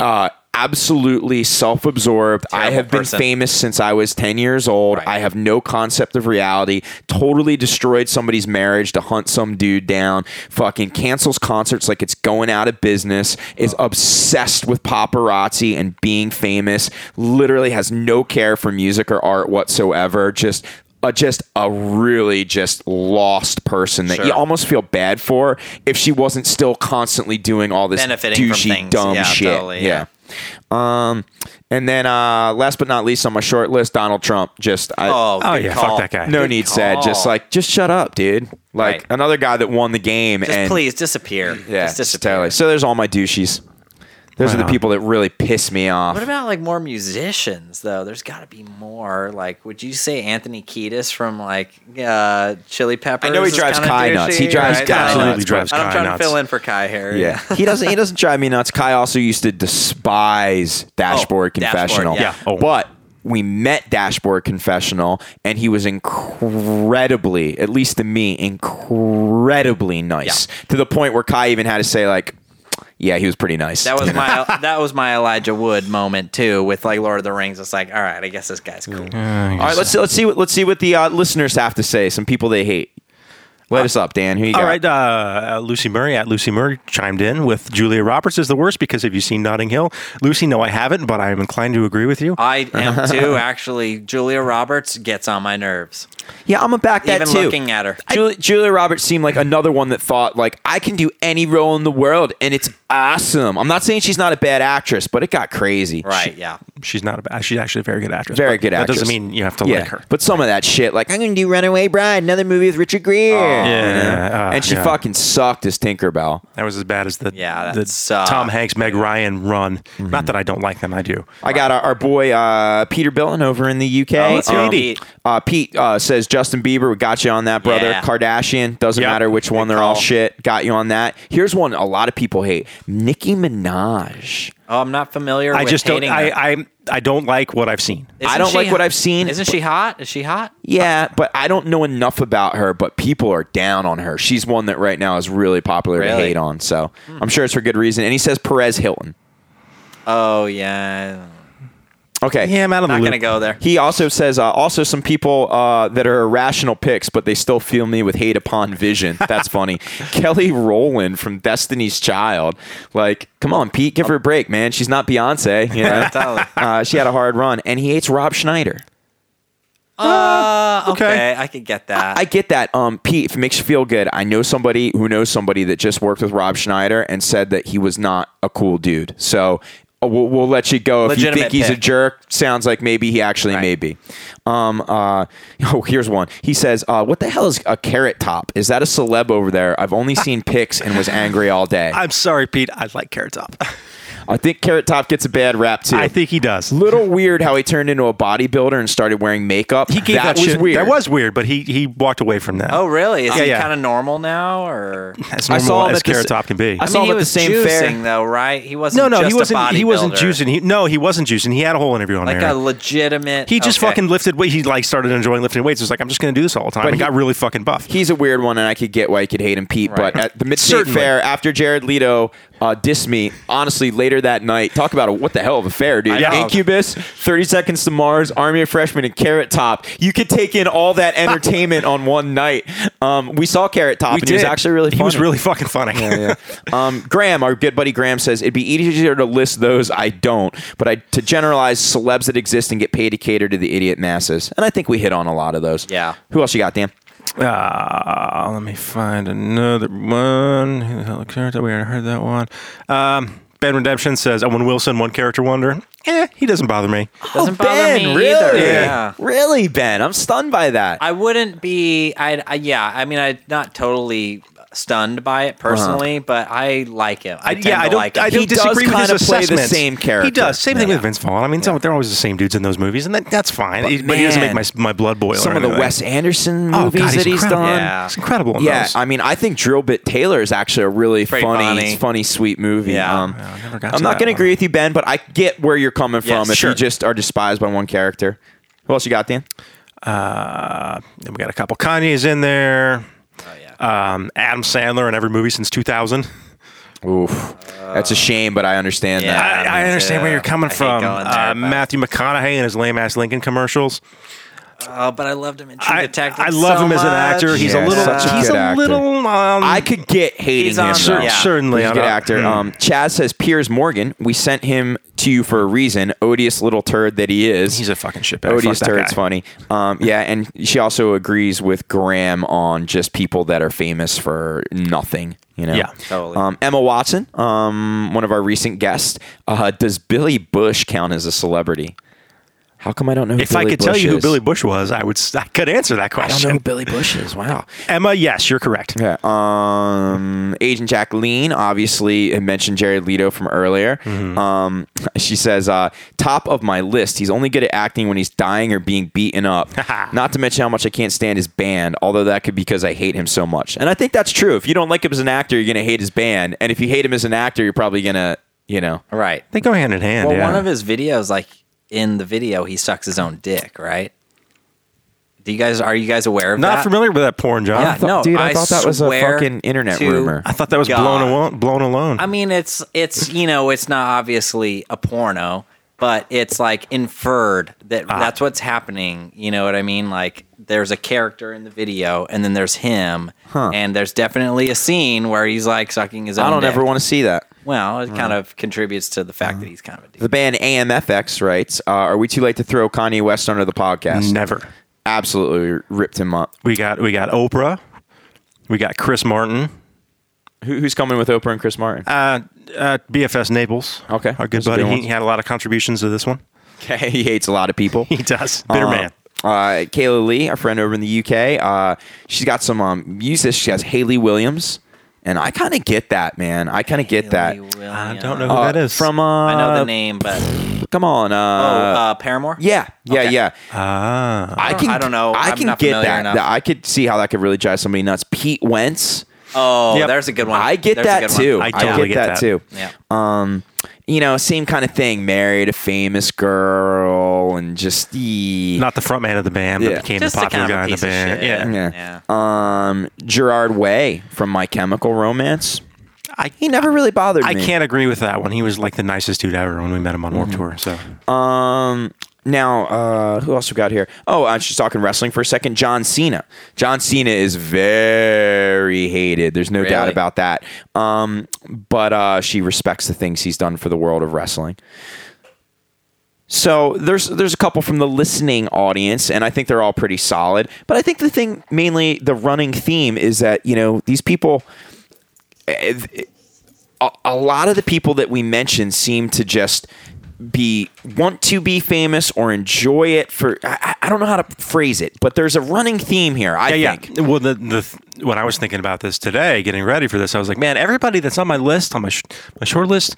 Speaker 1: Uh, Absolutely self absorbed. I
Speaker 3: Terrible
Speaker 1: have been
Speaker 3: person.
Speaker 1: famous since I was 10 years old.
Speaker 3: Right.
Speaker 1: I have no concept of reality. Totally destroyed somebody's marriage to hunt some dude down. Fucking cancels concerts like it's going out of business. Is obsessed with paparazzi and being famous. Literally has no care for music or art whatsoever. Just. Uh, just a really just lost person that you
Speaker 3: Sure.
Speaker 1: almost feel bad for if she wasn't still constantly doing all this
Speaker 3: Benefiting from
Speaker 1: douchey
Speaker 3: things.
Speaker 1: dumb
Speaker 3: Yeah,
Speaker 1: shit.
Speaker 3: totally,
Speaker 1: yeah.
Speaker 3: yeah.
Speaker 1: Um, and then uh, last but not least on my short list, Donald Trump. Just I,
Speaker 3: Oh,
Speaker 2: Oh,
Speaker 3: good
Speaker 2: yeah,
Speaker 3: call.
Speaker 2: fuck that guy.
Speaker 1: no
Speaker 3: good
Speaker 1: need said. Just
Speaker 3: call.
Speaker 1: like just shut up, dude. Like
Speaker 3: Right.
Speaker 1: another guy that won the game.
Speaker 3: Just
Speaker 1: and
Speaker 3: please disappear.
Speaker 1: yeah,
Speaker 3: just disappear.
Speaker 1: totally. So there's all my douches. Those are
Speaker 2: Right
Speaker 1: the
Speaker 2: on.
Speaker 1: people that really piss me off.
Speaker 3: What about like more musicians though? There's got to be more. Like, would you say Anthony Kiedis from like uh, Chili Peppers?
Speaker 1: know he
Speaker 3: is
Speaker 1: drives
Speaker 3: kinda
Speaker 1: Kai nuts. He
Speaker 3: douchey,
Speaker 1: drives
Speaker 3: right?
Speaker 1: Kai
Speaker 3: I don't know.
Speaker 2: nuts, Absolutely drives
Speaker 3: I'm
Speaker 2: Kai
Speaker 3: trying
Speaker 2: nuts.
Speaker 3: to fill in for Kai here.
Speaker 1: yeah, he doesn't. He doesn't drive me nuts. Kai also used to despise Dashboard
Speaker 3: Oh, Dashboard,
Speaker 1: Confessional.
Speaker 3: yeah.
Speaker 2: Yeah. Oh.
Speaker 1: but we met Dashboard Confessional, and he was incredibly, at least to me, incredibly nice to the point where Kai even had to say like, "Yeah, he was pretty nice."
Speaker 3: That was
Speaker 1: You know?
Speaker 3: my that was my Elijah Wood moment too with like Lord of the Rings. It's like, all right, I guess this guy's cool.
Speaker 1: All right, let's see, let's see what let's see what the uh, listeners have to say. Some people they hate. Let us up, Dan. Who you got?
Speaker 2: All right, uh, Lucy Murray at Lucy Murray chimed in with Julia Roberts is the worst because have you seen Notting Hill? Lucy, no, I haven't, but I am inclined to agree with
Speaker 1: Uh,
Speaker 2: you.
Speaker 3: I am too. Actually, Julia Roberts gets on my nerves.
Speaker 1: Yeah, I'm gonna back that
Speaker 3: Even
Speaker 1: too.
Speaker 3: looking at her.
Speaker 1: Julia, Julia Roberts seemed like another one that thought like I can do any role in the world and it's awesome. I'm not saying she's not a bad actress, but it got crazy.
Speaker 3: Right?
Speaker 1: She-
Speaker 3: yeah.
Speaker 2: she's not a bad, she's actually a very good actress.
Speaker 1: very
Speaker 2: but
Speaker 1: good actress.
Speaker 2: That doesn't mean you have to
Speaker 1: yeah.
Speaker 2: like her.
Speaker 1: But some of that shit, like I'm gonna do Runaway Bride, another movie with Richard Gere,
Speaker 2: yeah,
Speaker 1: and
Speaker 2: uh,
Speaker 1: she
Speaker 2: yeah.
Speaker 1: fucking sucked as Tinkerbell.
Speaker 2: That was as bad as the,
Speaker 3: Yeah, that
Speaker 2: the
Speaker 3: sucked.
Speaker 2: Tom Hanks, Meg Ryan run.
Speaker 1: Mm-hmm.
Speaker 2: Not that I don't like them, I do.
Speaker 1: I got our, our boy uh, Peter Billen over in the UK.
Speaker 3: let's hear Oh, Pete.
Speaker 1: uh, Pete uh, says Justin Bieber. We got you on that, brother.
Speaker 3: Yeah.
Speaker 1: Kardashian doesn't
Speaker 2: Yep.
Speaker 1: matter which one.
Speaker 3: Good
Speaker 1: They're all
Speaker 3: call.
Speaker 1: shit. Got you on that. Here's one a lot of people hate: Nicki Minaj.
Speaker 3: Oh, I'm not familiar.
Speaker 2: I
Speaker 3: with
Speaker 2: just don't.
Speaker 3: hating
Speaker 2: I,
Speaker 3: her.
Speaker 2: I I don't like what I've seen.
Speaker 1: I
Speaker 3: Isn't
Speaker 1: don't
Speaker 3: she
Speaker 1: like what
Speaker 3: hot?
Speaker 1: I've seen.
Speaker 3: Isn't she hot? Is she hot?
Speaker 1: Yeah, but I don't know enough about her. But people are down on her. She's one that right now is really popular to
Speaker 3: Really? Hmm.
Speaker 1: hate on. So I'm sure it's for good reason. And he says Perez Hilton.
Speaker 3: Oh yeah.
Speaker 1: Okay.
Speaker 2: Yeah, I'm out of the
Speaker 3: Not
Speaker 2: loop.
Speaker 3: gonna go there.
Speaker 1: He also says, uh, also some people uh, that are irrational picks, but they still feel me with hate upon vision. That's funny. Kelly Rowland from Destiny's Child. Like, come on, Pete, give her a break, man. She's not Beyonce. You know?
Speaker 3: Totally.
Speaker 1: uh, she had a hard run, and he hates Rob Schneider.
Speaker 3: Uh, okay.
Speaker 2: okay.
Speaker 3: I could get that.
Speaker 1: I get that, um, Pete. If it makes you feel good, I know somebody who knows somebody that just worked with Rob Schneider and said that he was not a cool dude. So. uh, We'll, we'll let you go if you
Speaker 3: Legitimate
Speaker 1: think he's a
Speaker 3: pick.
Speaker 1: jerk. Sounds like maybe he actually may be. Um, uh, oh, here's one. He says, uh, "What the hell is a carrot top? Is that a celeb over there? I've only seen pics and was angry all day. I,
Speaker 2: I'm sorry, Pete. I like Carrot Top.
Speaker 1: think carrot top gets a bad rap too.
Speaker 2: I think he does.
Speaker 1: little weird how he turned into a bodybuilder and started wearing makeup.
Speaker 2: He gave that,
Speaker 1: was
Speaker 2: shit-
Speaker 1: weird.
Speaker 2: That was weird, but he he walked away from that.
Speaker 3: oh really? Is
Speaker 2: Yeah,
Speaker 3: he
Speaker 2: yeah.
Speaker 3: kind of normal now, or?
Speaker 2: as
Speaker 1: I
Speaker 2: normal
Speaker 1: saw him
Speaker 2: as
Speaker 1: at the
Speaker 2: Carrot
Speaker 1: s-
Speaker 2: Top can be.
Speaker 1: I saw him
Speaker 3: he
Speaker 1: at the
Speaker 3: was
Speaker 1: same
Speaker 3: juicing
Speaker 1: fair.
Speaker 3: though, right? He wasn't.
Speaker 2: no, no,
Speaker 3: just
Speaker 2: he wasn't.
Speaker 3: A
Speaker 2: He wasn't
Speaker 3: bodybuilder.
Speaker 2: juicing. He, no, he wasn't juicing. He had a whole interview on
Speaker 3: Like
Speaker 2: there.
Speaker 3: a legitimate.
Speaker 2: he just
Speaker 3: okay.
Speaker 2: fucking lifted weight. He like started enjoying lifting weights. It was like I'm just gonna do this all the time.
Speaker 1: But
Speaker 2: and
Speaker 1: he-
Speaker 2: got really fucking buff.
Speaker 1: he's a weird one, and I could get why you could hate him, Pete. But
Speaker 3: Right.
Speaker 1: at the Mid-State
Speaker 2: Certainly.
Speaker 1: Fair, after Jared Leto uh, dissed me, honestly, later that night, talk about a, what the hell of a fair, dude.
Speaker 2: know.
Speaker 1: Incubus, 30 Seconds to Mars, Army of Freshmen, and Carrot Top. You could take in all that entertainment on one night. Um, we saw Carrot Top,
Speaker 2: We
Speaker 1: and he was
Speaker 2: did.
Speaker 1: actually really funny.
Speaker 2: He was really fucking funny.
Speaker 1: Yeah, yeah. Um, Graham, our good buddy Graham says it'd be easier to list those I don't, but I to generalize celebs that exist and get paid to cater to the idiot masses, and I think we hit on a lot of those.
Speaker 3: Yeah.
Speaker 1: Who else you got, Dan?
Speaker 2: Uh, let me find another one. Who the hell character? We already heard that one. Um, ben Redemption says Owen Wilson, one character wonder. Eh, he doesn't bother me.
Speaker 3: Doesn't
Speaker 2: Oh,
Speaker 3: bother me
Speaker 1: Oh, really?
Speaker 3: either. Yeah.
Speaker 1: Really, Ben? I'm stunned by that.
Speaker 3: I wouldn't be. I, I yeah. I mean, I'm not totally stunned by it personally, but I like it. I, tend
Speaker 2: yeah,
Speaker 3: to
Speaker 2: Uh-huh. I don't.
Speaker 3: like
Speaker 2: I
Speaker 3: it.
Speaker 2: don't
Speaker 1: He does
Speaker 2: disagree with his
Speaker 1: kinda play the
Speaker 2: assessment.
Speaker 1: same character.
Speaker 2: He does. Same thing
Speaker 1: Yeah.
Speaker 2: with Vince Vaughn. I mean, so they're always the same dudes in those movies, and that, that's fine. But, but he doesn't make
Speaker 1: man,
Speaker 2: my my blood boil. or
Speaker 1: Some of the
Speaker 2: anything.
Speaker 1: Wes Anderson
Speaker 2: Oh, God,
Speaker 1: movies that he's
Speaker 2: incredible.
Speaker 1: done.
Speaker 3: Yeah.
Speaker 2: He's incredible. in
Speaker 1: Yeah,
Speaker 2: those.
Speaker 1: I mean, I think Drillbit Taylor is actually a really funny,
Speaker 3: Pretty
Speaker 1: funny,
Speaker 3: funny.
Speaker 1: sweet movie. Um,
Speaker 3: Yeah.
Speaker 2: I never got
Speaker 1: I'm
Speaker 2: to
Speaker 1: not
Speaker 2: that
Speaker 1: going to
Speaker 2: one.
Speaker 1: agree with you, Ben, but I get where you're coming
Speaker 3: Yes,
Speaker 1: from if you
Speaker 2: sure.
Speaker 1: just are despised by one character. Who else you got, Dan?
Speaker 2: Uh, then we got a couple Kanye's in there.
Speaker 3: Oh, yeah.
Speaker 2: Um, Adam Sandler in every movie since 2000.
Speaker 1: Oof, that's a shame, but I understand
Speaker 3: Yeah.
Speaker 1: that.
Speaker 2: I, I
Speaker 3: me
Speaker 2: understand where
Speaker 3: too.
Speaker 2: you're coming
Speaker 3: I hate
Speaker 2: from.
Speaker 3: going there,
Speaker 2: Uh,
Speaker 3: but-
Speaker 2: Matthew McConaughey and his lame ass Lincoln commercials.
Speaker 3: oh, but I loved him in True
Speaker 2: I,
Speaker 3: Detective.
Speaker 2: I love
Speaker 3: so
Speaker 2: him as an actor.
Speaker 3: much.
Speaker 2: He's
Speaker 1: Yeah,
Speaker 2: a little.
Speaker 1: such a
Speaker 2: he's
Speaker 1: good
Speaker 2: a
Speaker 1: actor.
Speaker 2: little. Um,
Speaker 1: I could get hating
Speaker 3: He's
Speaker 1: him.
Speaker 3: on
Speaker 1: though.
Speaker 3: there, yeah.
Speaker 2: Certainly,
Speaker 1: he's a
Speaker 2: I'm
Speaker 1: good
Speaker 2: not-
Speaker 1: actor.
Speaker 2: hmm.
Speaker 1: Um, Chaz says Piers Morgan. We sent him to you for a reason. Odious little turd that he is.
Speaker 2: He's a fucking shitbag.
Speaker 1: Odious
Speaker 2: Fuck that
Speaker 1: turd's
Speaker 2: guy.
Speaker 1: funny. Um, yeah, and she also agrees with Graham on just people that are famous for nothing. You know.
Speaker 2: Yeah.
Speaker 3: Totally.
Speaker 1: Um, Emma Watson, um, one of our recent guests. Uh, does Billy Bush count as a celebrity? How come I don't know? Who
Speaker 2: if
Speaker 1: Billy
Speaker 2: I could
Speaker 1: Bush
Speaker 2: tell you who
Speaker 1: is?
Speaker 2: Billy Bush was, I would. s- I could answer that
Speaker 1: I don't know who
Speaker 2: question.
Speaker 1: Billy Bush is. Wow.
Speaker 2: Emma, yes, you're correct.
Speaker 1: Yeah. Um, Agent Jacqueline obviously had mentioned Jared Leto from earlier. Um, she says, uh, top of my list. He's only good at acting when he's dying or being beaten up. Not to mention how much I can't stand his band, although that could be because I hate him so much. And I think that's true. If you don't like him as an actor, you're going to hate his band. And if you hate him as an actor, you're probably going to, you know.
Speaker 3: right.
Speaker 2: They go hand in hand.
Speaker 3: Well,
Speaker 2: yeah.
Speaker 3: one of his videos, like in the video he sucks his own dick, right? Do you guys are you guys aware of
Speaker 2: Not
Speaker 3: that?
Speaker 2: familiar with that porn, John.
Speaker 3: Yeah,
Speaker 1: thought-
Speaker 3: no,
Speaker 1: dude, I thought that was a
Speaker 3: swear
Speaker 1: fucking internet
Speaker 3: to
Speaker 1: rumor.
Speaker 2: I thought that was
Speaker 3: God.
Speaker 2: blown alone. Blown alone.
Speaker 3: I mean, it's it's you know, it's not obviously a porno, but it's like inferred that
Speaker 1: Ah.
Speaker 3: that's what's happening. You know what I mean? Like there's a character in the video, and then there's him, and there's definitely a scene where he's like sucking his own.
Speaker 1: I don't
Speaker 3: dick.
Speaker 1: ever want to see that.
Speaker 3: Well, it kind of contributes to the fact that he's kind of a dude.
Speaker 1: The band AMFX writes, uh, "Are we too late to throw Kanye West under the podcast?
Speaker 2: Never.
Speaker 1: Absolutely ripped him up.
Speaker 2: We got we got Oprah. We got Chris Martin.
Speaker 1: Who, who's coming with Oprah and Chris Martin?
Speaker 2: Uh, uh, BFS Naples.
Speaker 1: Okay.
Speaker 2: Our good
Speaker 1: Those are good
Speaker 2: buddy. He,
Speaker 1: ones.
Speaker 2: had a lot of contributions to this one.
Speaker 1: Okay, he hates a lot of people.
Speaker 2: He does. Bitter
Speaker 1: Uh,
Speaker 2: man.
Speaker 1: Uh, Kayla Lee, our friend over in the UK, uh, she's got some um, music. She has Haley Williams, and I kind of get that, man. I kind of get that.
Speaker 3: Billy
Speaker 2: I
Speaker 3: Williams.
Speaker 2: don't know who
Speaker 1: Uh,
Speaker 2: that is.
Speaker 1: from. Uh,
Speaker 3: I know the name, but
Speaker 1: Come on. Uh,
Speaker 3: oh, uh, Paramore.
Speaker 1: yeah, yeah,
Speaker 3: okay.
Speaker 1: yeah.
Speaker 2: Ah.
Speaker 1: I
Speaker 3: don't-
Speaker 1: can.
Speaker 3: I don't know.
Speaker 1: I
Speaker 3: I'm
Speaker 1: can
Speaker 3: not
Speaker 1: get
Speaker 3: familiar
Speaker 1: that.
Speaker 3: enough.
Speaker 1: That- I could see how that could really drive somebody nuts. Pete Wentz.
Speaker 3: Oh,
Speaker 2: Yep.
Speaker 3: there's a good one.
Speaker 1: I get
Speaker 3: There's a
Speaker 1: that
Speaker 3: good one.
Speaker 1: too.
Speaker 2: I totally
Speaker 1: get
Speaker 2: get
Speaker 1: that,
Speaker 2: that.
Speaker 1: too.
Speaker 3: Yeah.
Speaker 1: Um, you know, same kind of thing. Married a famous girl and just ee.
Speaker 2: Not the front man of the band,
Speaker 1: Yeah.
Speaker 2: but became
Speaker 3: Just
Speaker 2: the
Speaker 3: a
Speaker 2: popular
Speaker 3: kind of
Speaker 2: guy in the
Speaker 3: piece of
Speaker 2: band.
Speaker 3: shit.
Speaker 2: Yeah.
Speaker 1: yeah. Um, Gerard Way from My Chemical Romance.
Speaker 2: I,
Speaker 1: He never really bothered
Speaker 2: I
Speaker 1: me.
Speaker 2: can't agree with that one. He was like the nicest dude ever when we met him on
Speaker 1: Mm-hmm.
Speaker 2: Warped Tour. So
Speaker 1: Um, now, uh, who else we got here? Oh, I'm just talking wrestling for a second. John Cena. John Cena is very hated. There's no doubt
Speaker 3: Really?
Speaker 1: about that. Um, but uh, she respects the things he's done for the world of wrestling. So there's there's a couple from the listening audience, and I think they're all pretty solid. But I think the thing mainly the running theme is that you know these people eh, a, a lot of the people that we mentioned seem to just be want to be famous or enjoy it for I, I I don't know how to phrase it, but there's a running theme here. I
Speaker 2: yeah,
Speaker 1: think.
Speaker 2: yeah. Well, the the when I was thinking about this today, getting ready for this, I was like, man, everybody that's on my list, on my sh- my short list,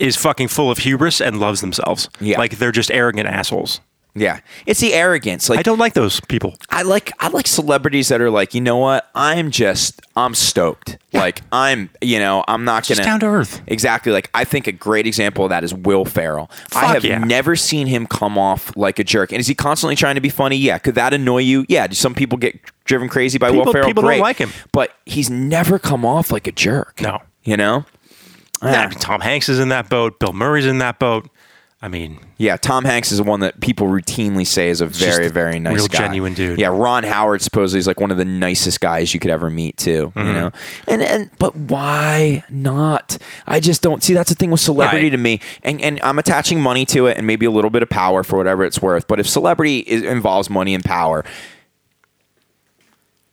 Speaker 2: is fucking full of hubris and loves themselves.
Speaker 1: Yeah.
Speaker 2: like they're just arrogant assholes.
Speaker 1: Yeah, it's the arrogance. Like
Speaker 2: I don't like those people.
Speaker 1: I like I like celebrities that are like, you know what? I'm just I'm stoked. Like I'm, you know, I'm not gonna
Speaker 2: Just down to earth.
Speaker 1: Exactly. Like I think a great example of that is Will Ferrell. I
Speaker 2: Fuck
Speaker 1: have
Speaker 2: yeah.
Speaker 1: never seen him come off like a jerk. And is he constantly trying to be funny? Yeah. Could that annoy you? Yeah. Do some people get driven crazy by Will
Speaker 2: People-
Speaker 1: Ferrell?
Speaker 2: people don't
Speaker 1: Great.
Speaker 2: like him.
Speaker 1: but he's never come off like a jerk.
Speaker 2: No.
Speaker 1: You know.
Speaker 2: I mean, Tom Hanks is in that boat. Bill Murray's in that boat. I mean,
Speaker 1: Yeah, Tom Hanks is the one that people routinely say is a
Speaker 2: just
Speaker 1: very,
Speaker 2: a
Speaker 1: very nice
Speaker 2: real
Speaker 1: guy.
Speaker 2: genuine dude.
Speaker 1: Yeah, Ron Howard supposedly is like one of the nicest guys you could ever meet too.
Speaker 2: Mm-hmm.
Speaker 1: You know, and and but why not? I just don't see. That's the thing with celebrity
Speaker 3: Right.
Speaker 1: to me, and and I'm attaching money to it and maybe a little bit of power for whatever it's worth. But if celebrity is, involves money and power,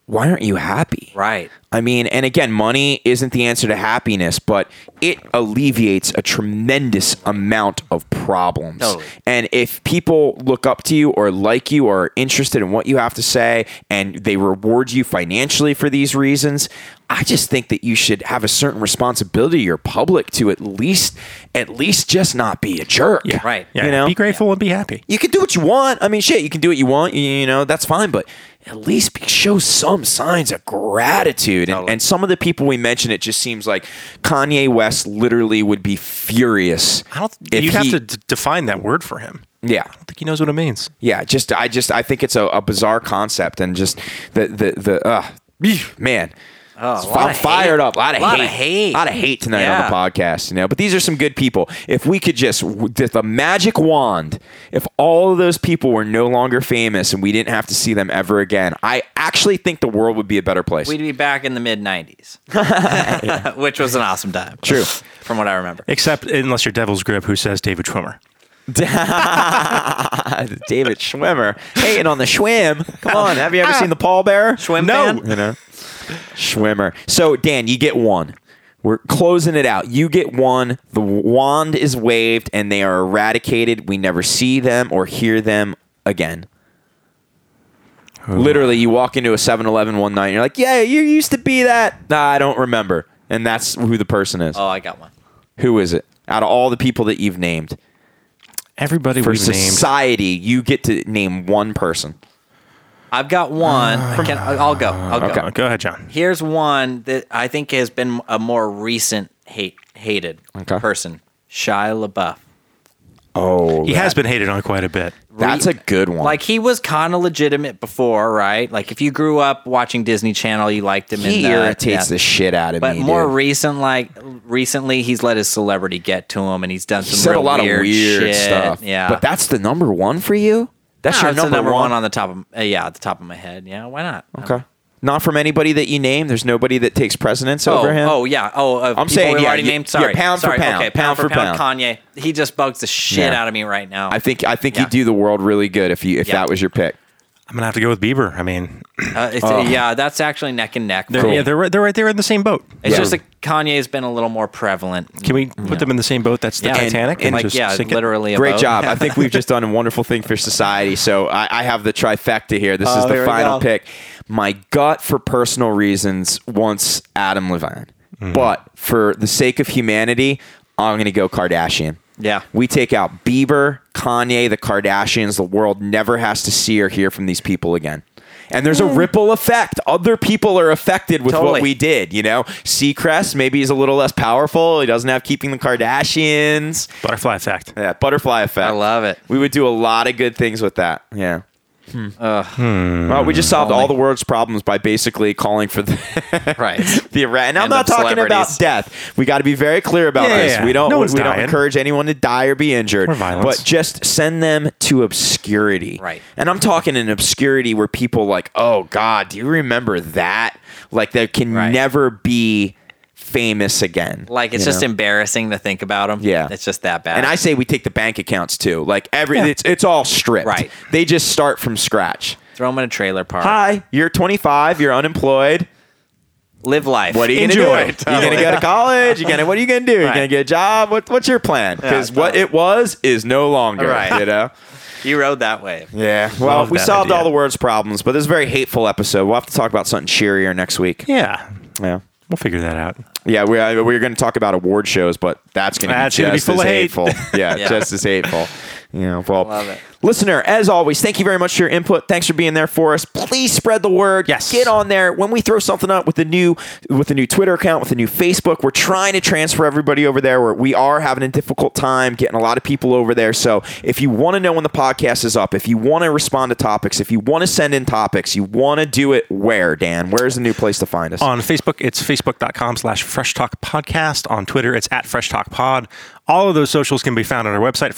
Speaker 1: why aren't you happy?
Speaker 3: Right.
Speaker 1: I mean, and again, money isn't the answer to happiness, but it alleviates a tremendous amount of problems.
Speaker 3: Totally.
Speaker 1: And if people look up to you or like you or are interested in what you have to say and they reward you financially for these reasons, I just think that you should have a certain responsibility to your public to at least at least just not be a jerk.
Speaker 2: yeah,
Speaker 3: Right.
Speaker 2: Yeah,
Speaker 1: You know?
Speaker 2: be grateful and be happy.
Speaker 1: You can do what you want. I mean, shit, you can do what you want. You, you know, that's fine. But at least be- show some signs of gratitude. And,
Speaker 3: Totally.
Speaker 1: and some of the people we mentioned, it just seems like Kanye West literally would be furious.
Speaker 2: I don't.
Speaker 1: if
Speaker 2: You'd have
Speaker 1: he-
Speaker 2: to d- define that word for him.
Speaker 1: Yeah.
Speaker 2: I think he knows what it means.
Speaker 1: Yeah, just I just I think it's a, a bizarre concept and just the the the uh, man.
Speaker 3: Oh, a
Speaker 1: It's-
Speaker 3: lot
Speaker 1: I'm
Speaker 3: of
Speaker 1: fired
Speaker 3: hate.
Speaker 1: up. A lot of
Speaker 3: Lot
Speaker 1: hate.
Speaker 3: of hate.
Speaker 1: lot of hate tonight
Speaker 3: Yeah.
Speaker 1: on the podcast, you know. But these are some good people. If we could just with the magic wand, if all of those people were no longer famous and we didn't have to see them ever again, I actually think the world would be a better place.
Speaker 3: We'd be back in the mid 90s, which was an awesome time.
Speaker 1: True.
Speaker 3: From what I remember.
Speaker 2: Except unless you're Devil's Grip, who says David Schwimmer.
Speaker 1: David Schwimmer hating on the Schwim. Come on, have you ever seen the pallbearer?
Speaker 3: Schwim
Speaker 1: no,
Speaker 3: fan?
Speaker 1: you know, Schwimmer. So Dan, you get one. We're closing it out. You get one. The wand is waved, and they are eradicated. We never see them or hear them again. Literally, you walk into a 7-Eleven one night, and you're like, "Yeah, you used to be that." Nah, I don't remember. And that's who the person is.
Speaker 3: Oh, I got one.
Speaker 1: Who is it? Out of all the people that you've named,
Speaker 2: Everybody
Speaker 1: for
Speaker 2: we've named.
Speaker 1: society, you get to name one person.
Speaker 3: I've got one.
Speaker 1: Uh,
Speaker 3: Can, I'll go. I'll go.
Speaker 2: Go ahead, John.
Speaker 3: Here's one that I think has been a more recent hate hated
Speaker 1: Okay.
Speaker 3: person Shia LaBeouf.
Speaker 1: Oh,
Speaker 2: He has been hated on quite a bit.
Speaker 1: That's a good one.
Speaker 3: Like he was kind of legitimate before, right? Like if you grew up watching Disney Channel, you liked him.
Speaker 1: he
Speaker 3: in that,
Speaker 1: irritates
Speaker 3: yeah.
Speaker 1: the shit out of
Speaker 3: But
Speaker 1: me.
Speaker 3: more
Speaker 1: dude.
Speaker 3: recent, like recently, he's let his celebrity get to him, and he's done some
Speaker 1: said a
Speaker 3: real
Speaker 1: lot
Speaker 3: weird
Speaker 1: of weird
Speaker 3: shit.
Speaker 1: stuff.
Speaker 3: Yeah,
Speaker 1: but that's the number one for you. That's
Speaker 3: No,
Speaker 1: your
Speaker 3: it's the
Speaker 1: number,
Speaker 3: number
Speaker 1: one.
Speaker 3: on the top of uh, yeah, at the top of my head. Yeah, why not?
Speaker 1: okay. Not from anybody that you name. There's nobody that takes precedence
Speaker 3: Oh,
Speaker 1: over him.
Speaker 3: oh yeah. Oh, uh, people
Speaker 1: saying,
Speaker 3: we
Speaker 1: yeah,
Speaker 3: already
Speaker 1: yeah,
Speaker 3: named.
Speaker 1: yeah,
Speaker 3: Sorry,
Speaker 1: pound for
Speaker 3: Sorry.
Speaker 1: pound,
Speaker 3: Okay,
Speaker 1: pound
Speaker 3: pound
Speaker 1: for
Speaker 3: for pound. Kanye, he just bugs the shit
Speaker 1: Yeah.
Speaker 3: out of me right now.
Speaker 1: I think I think
Speaker 3: Yeah.
Speaker 1: you'd do the world really good if you if
Speaker 3: Yeah.
Speaker 1: that was your pick.
Speaker 2: I'm gonna have to go with Bieber. I mean,
Speaker 3: Uh, it's,
Speaker 1: Oh.
Speaker 3: yeah, that's actually neck and neck.
Speaker 2: they're,
Speaker 3: for me.
Speaker 2: yeah, they're right- they're right there in the same boat.
Speaker 3: It's
Speaker 1: Yeah.
Speaker 3: just that Kanye's been a little more prevalent.
Speaker 2: Can we put them in the same boat? That's the
Speaker 3: Yeah. And-
Speaker 2: Titanic,
Speaker 3: and like,
Speaker 2: just
Speaker 3: yeah,
Speaker 2: sink it?
Speaker 3: literally a
Speaker 1: Great
Speaker 3: boat.
Speaker 1: job. I think we've just done a wonderful thing for society. So I, I have the trifecta here. This is
Speaker 3: Oh,
Speaker 1: the
Speaker 3: here we
Speaker 1: final
Speaker 3: go.
Speaker 1: pick. My gut, for personal reasons, wants Adam Levine.
Speaker 3: Mm.
Speaker 1: But for the sake of humanity, I'm going to go Kardashian.
Speaker 3: Yeah.
Speaker 1: We take out Bieber, Kanye, the Kardashians. The world never has to see or hear from these people again. And there's a ripple effect. Other people are affected with what
Speaker 3: Hmm. Totally.
Speaker 1: we did. You know, Seacrest maybe he's a little less powerful. He doesn't have keeping the Kardashians.
Speaker 2: Butterfly effect.
Speaker 1: Yeah, butterfly effect.
Speaker 3: I love it.
Speaker 1: We would do a lot of good things with that. Yeah.
Speaker 2: Hmm.
Speaker 1: Well, we just solved all the world's problems by basically calling for the
Speaker 3: Right.
Speaker 1: the Iran. And I'm
Speaker 3: And
Speaker 1: not
Speaker 3: the
Speaker 1: talking about
Speaker 3: celebrities.
Speaker 1: death. We got to be very clear about
Speaker 2: Yeah,
Speaker 1: this.
Speaker 2: yeah,
Speaker 1: We
Speaker 2: yeah.
Speaker 1: don't
Speaker 2: No
Speaker 1: we,
Speaker 2: one's
Speaker 1: we don't
Speaker 2: dying.
Speaker 1: encourage anyone to die or be injured.
Speaker 2: Or violence.
Speaker 1: But just send them to obscurity.
Speaker 3: Right.
Speaker 1: And I'm talking in obscurity where people like, oh God, do you remember that? Like there can
Speaker 3: Right.
Speaker 1: never be famous again.
Speaker 3: Like it's
Speaker 1: you
Speaker 3: just
Speaker 1: know?
Speaker 3: embarrassing to think about him.
Speaker 1: Yeah.
Speaker 3: it's just that bad.
Speaker 1: And I say we take the bank accounts too. Like every,
Speaker 2: Yeah.
Speaker 1: it's it's all stripped.
Speaker 3: Right.
Speaker 1: They just start from scratch.
Speaker 3: throw him in a trailer park.
Speaker 1: Hi, you're 25. You're unemployed.
Speaker 3: Live life.
Speaker 1: What are you
Speaker 2: Enjoy.
Speaker 1: gonna do? You gonna go to college? You gonna what are you gonna do? You
Speaker 3: Right.
Speaker 1: gonna get a job? What what's your plan? Because what
Speaker 3: totally.
Speaker 1: it was is no longer.
Speaker 3: Right.
Speaker 1: You know.
Speaker 3: You rode that wave.
Speaker 1: Yeah. Well,
Speaker 2: Love
Speaker 1: we
Speaker 2: that
Speaker 1: solved
Speaker 2: idea.
Speaker 1: all the words problems, but this is a very hateful episode. We'll have to talk about something cheerier next week.
Speaker 2: Yeah,
Speaker 1: Yeah.
Speaker 2: we'll figure that out.
Speaker 1: Yeah, we, I- we are going to talk about award shows, but that's going to be
Speaker 2: That's gonna be
Speaker 1: just
Speaker 2: full
Speaker 1: as
Speaker 2: of hate.
Speaker 1: hateful. Yeah,
Speaker 3: Yeah.
Speaker 1: just as hateful. You know, well,
Speaker 3: Love it.
Speaker 1: listener, as always, thank you very much for your input. Thanks for being there for us. Please spread the word.
Speaker 2: Yes.
Speaker 1: get on there when we throw something up with a new with a new Twitter account, with a new Facebook. We're trying to transfer everybody over there. We're, we are having a difficult time getting a lot of people over there. So if you want to know when the podcast is up, if you want to respond to topics, if you want to send in topics, you want to do it where, Dan? Where is the new place to find us?
Speaker 2: On Facebook, it's facebook.com slash Fresh Talk Podcast. On Twitter, it's at Fresh Talk Pod. All of those socials can be found on our website,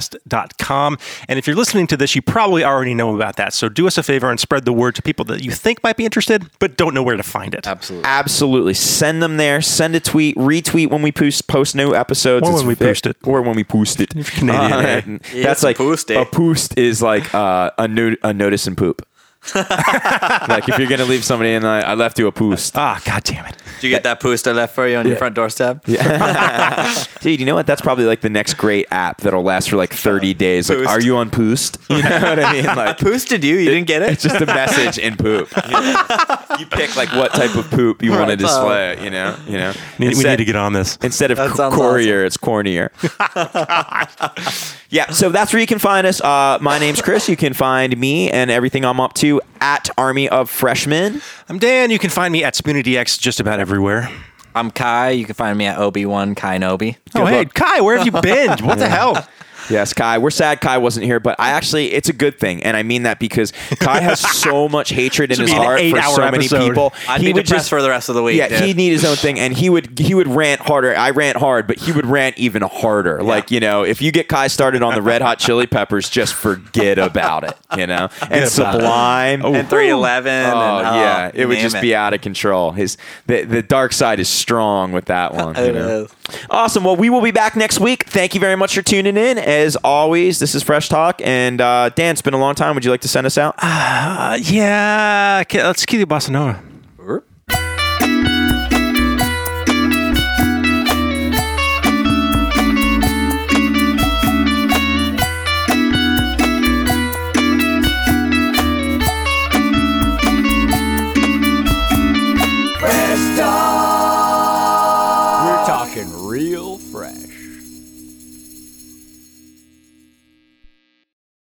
Speaker 2: freshtalkpodcast.com. And if you're listening to this, you probably already know about that. So do us a favor and spread the word to people that you think might be interested, but don't know where to find it.
Speaker 3: Absolutely.
Speaker 1: Absolutely. Send them there. Send a tweet. Retweet when we post, post new episodes.
Speaker 2: Or when
Speaker 1: It's
Speaker 2: we
Speaker 1: fair-
Speaker 2: post it.
Speaker 1: Or when we post it. Uh,
Speaker 2: If you're Canadian, eh?
Speaker 3: Yeah,
Speaker 1: that's
Speaker 3: it's a
Speaker 1: like
Speaker 3: post, eh?
Speaker 1: a post is like uh, a, no- a notice and poop. like if you're gonna leave somebody in, I, I left you a post.
Speaker 2: Ah, God damn it.
Speaker 3: Did you get that post I left for you on your front doorstep? Yeah.
Speaker 1: Dude, you know what? That's probably like the next great app that'll last for like 30 days. Like,
Speaker 3: Post.
Speaker 1: are you on post? You know what I mean? Like,
Speaker 3: Posted you. You didn't get it.
Speaker 1: it's just a message in poop. You, know? You pick like what type of poop you want to
Speaker 3: Right, Bob.
Speaker 1: display. You know, you know.
Speaker 2: We need- we need
Speaker 1: Instead-
Speaker 2: to get on this.
Speaker 1: Instead of
Speaker 3: That
Speaker 1: c-
Speaker 3: sounds
Speaker 1: cornier, it's cornier. yeah, so that's where you can find us. Uh, my name's Chris. You can find me and everything I'm up to at Army of Freshmen.
Speaker 2: I'm Dan. You can find me at SpoonieDX just about everywhere.
Speaker 3: I'm Kai. You can find me at Obi One Kainobi.
Speaker 2: Oh, hey,
Speaker 1: luck.
Speaker 2: Kai, where have you been? What the hell?
Speaker 1: Yes, Kai. We're sad Kai wasn't here, but I actually, it's a good thing. And I mean that because Kai has so much hatred in
Speaker 2: Should
Speaker 1: his
Speaker 2: be an
Speaker 1: heart for
Speaker 2: eight-hour
Speaker 1: so many
Speaker 2: episode.
Speaker 1: people.
Speaker 3: I'd be depressed for the rest of the week.
Speaker 1: Yeah,
Speaker 3: dude.
Speaker 1: he'd need his own thing, and he would he would rant harder. I rant hard, but he would rant even harder. Like you know, if you get Kai started on the Red Hot Chili Peppers, just forget about it. You know, and
Speaker 2: about it.
Speaker 1: Sublime
Speaker 3: and 311.
Speaker 1: Oh
Speaker 3: and, oh,
Speaker 1: yeah, it would
Speaker 3: name
Speaker 1: just be out of control. His the the dark side is strong with that one. you
Speaker 3: It
Speaker 1: know?
Speaker 3: is.
Speaker 1: Awesome. Well, we will be back next week. Thank you very much for tuning in. As always, this is Fresh Talk, and uh, Dan, it's been a long time. Would you like to send us out?
Speaker 2: Uh, yeah, okay, let's keep the bossa nova.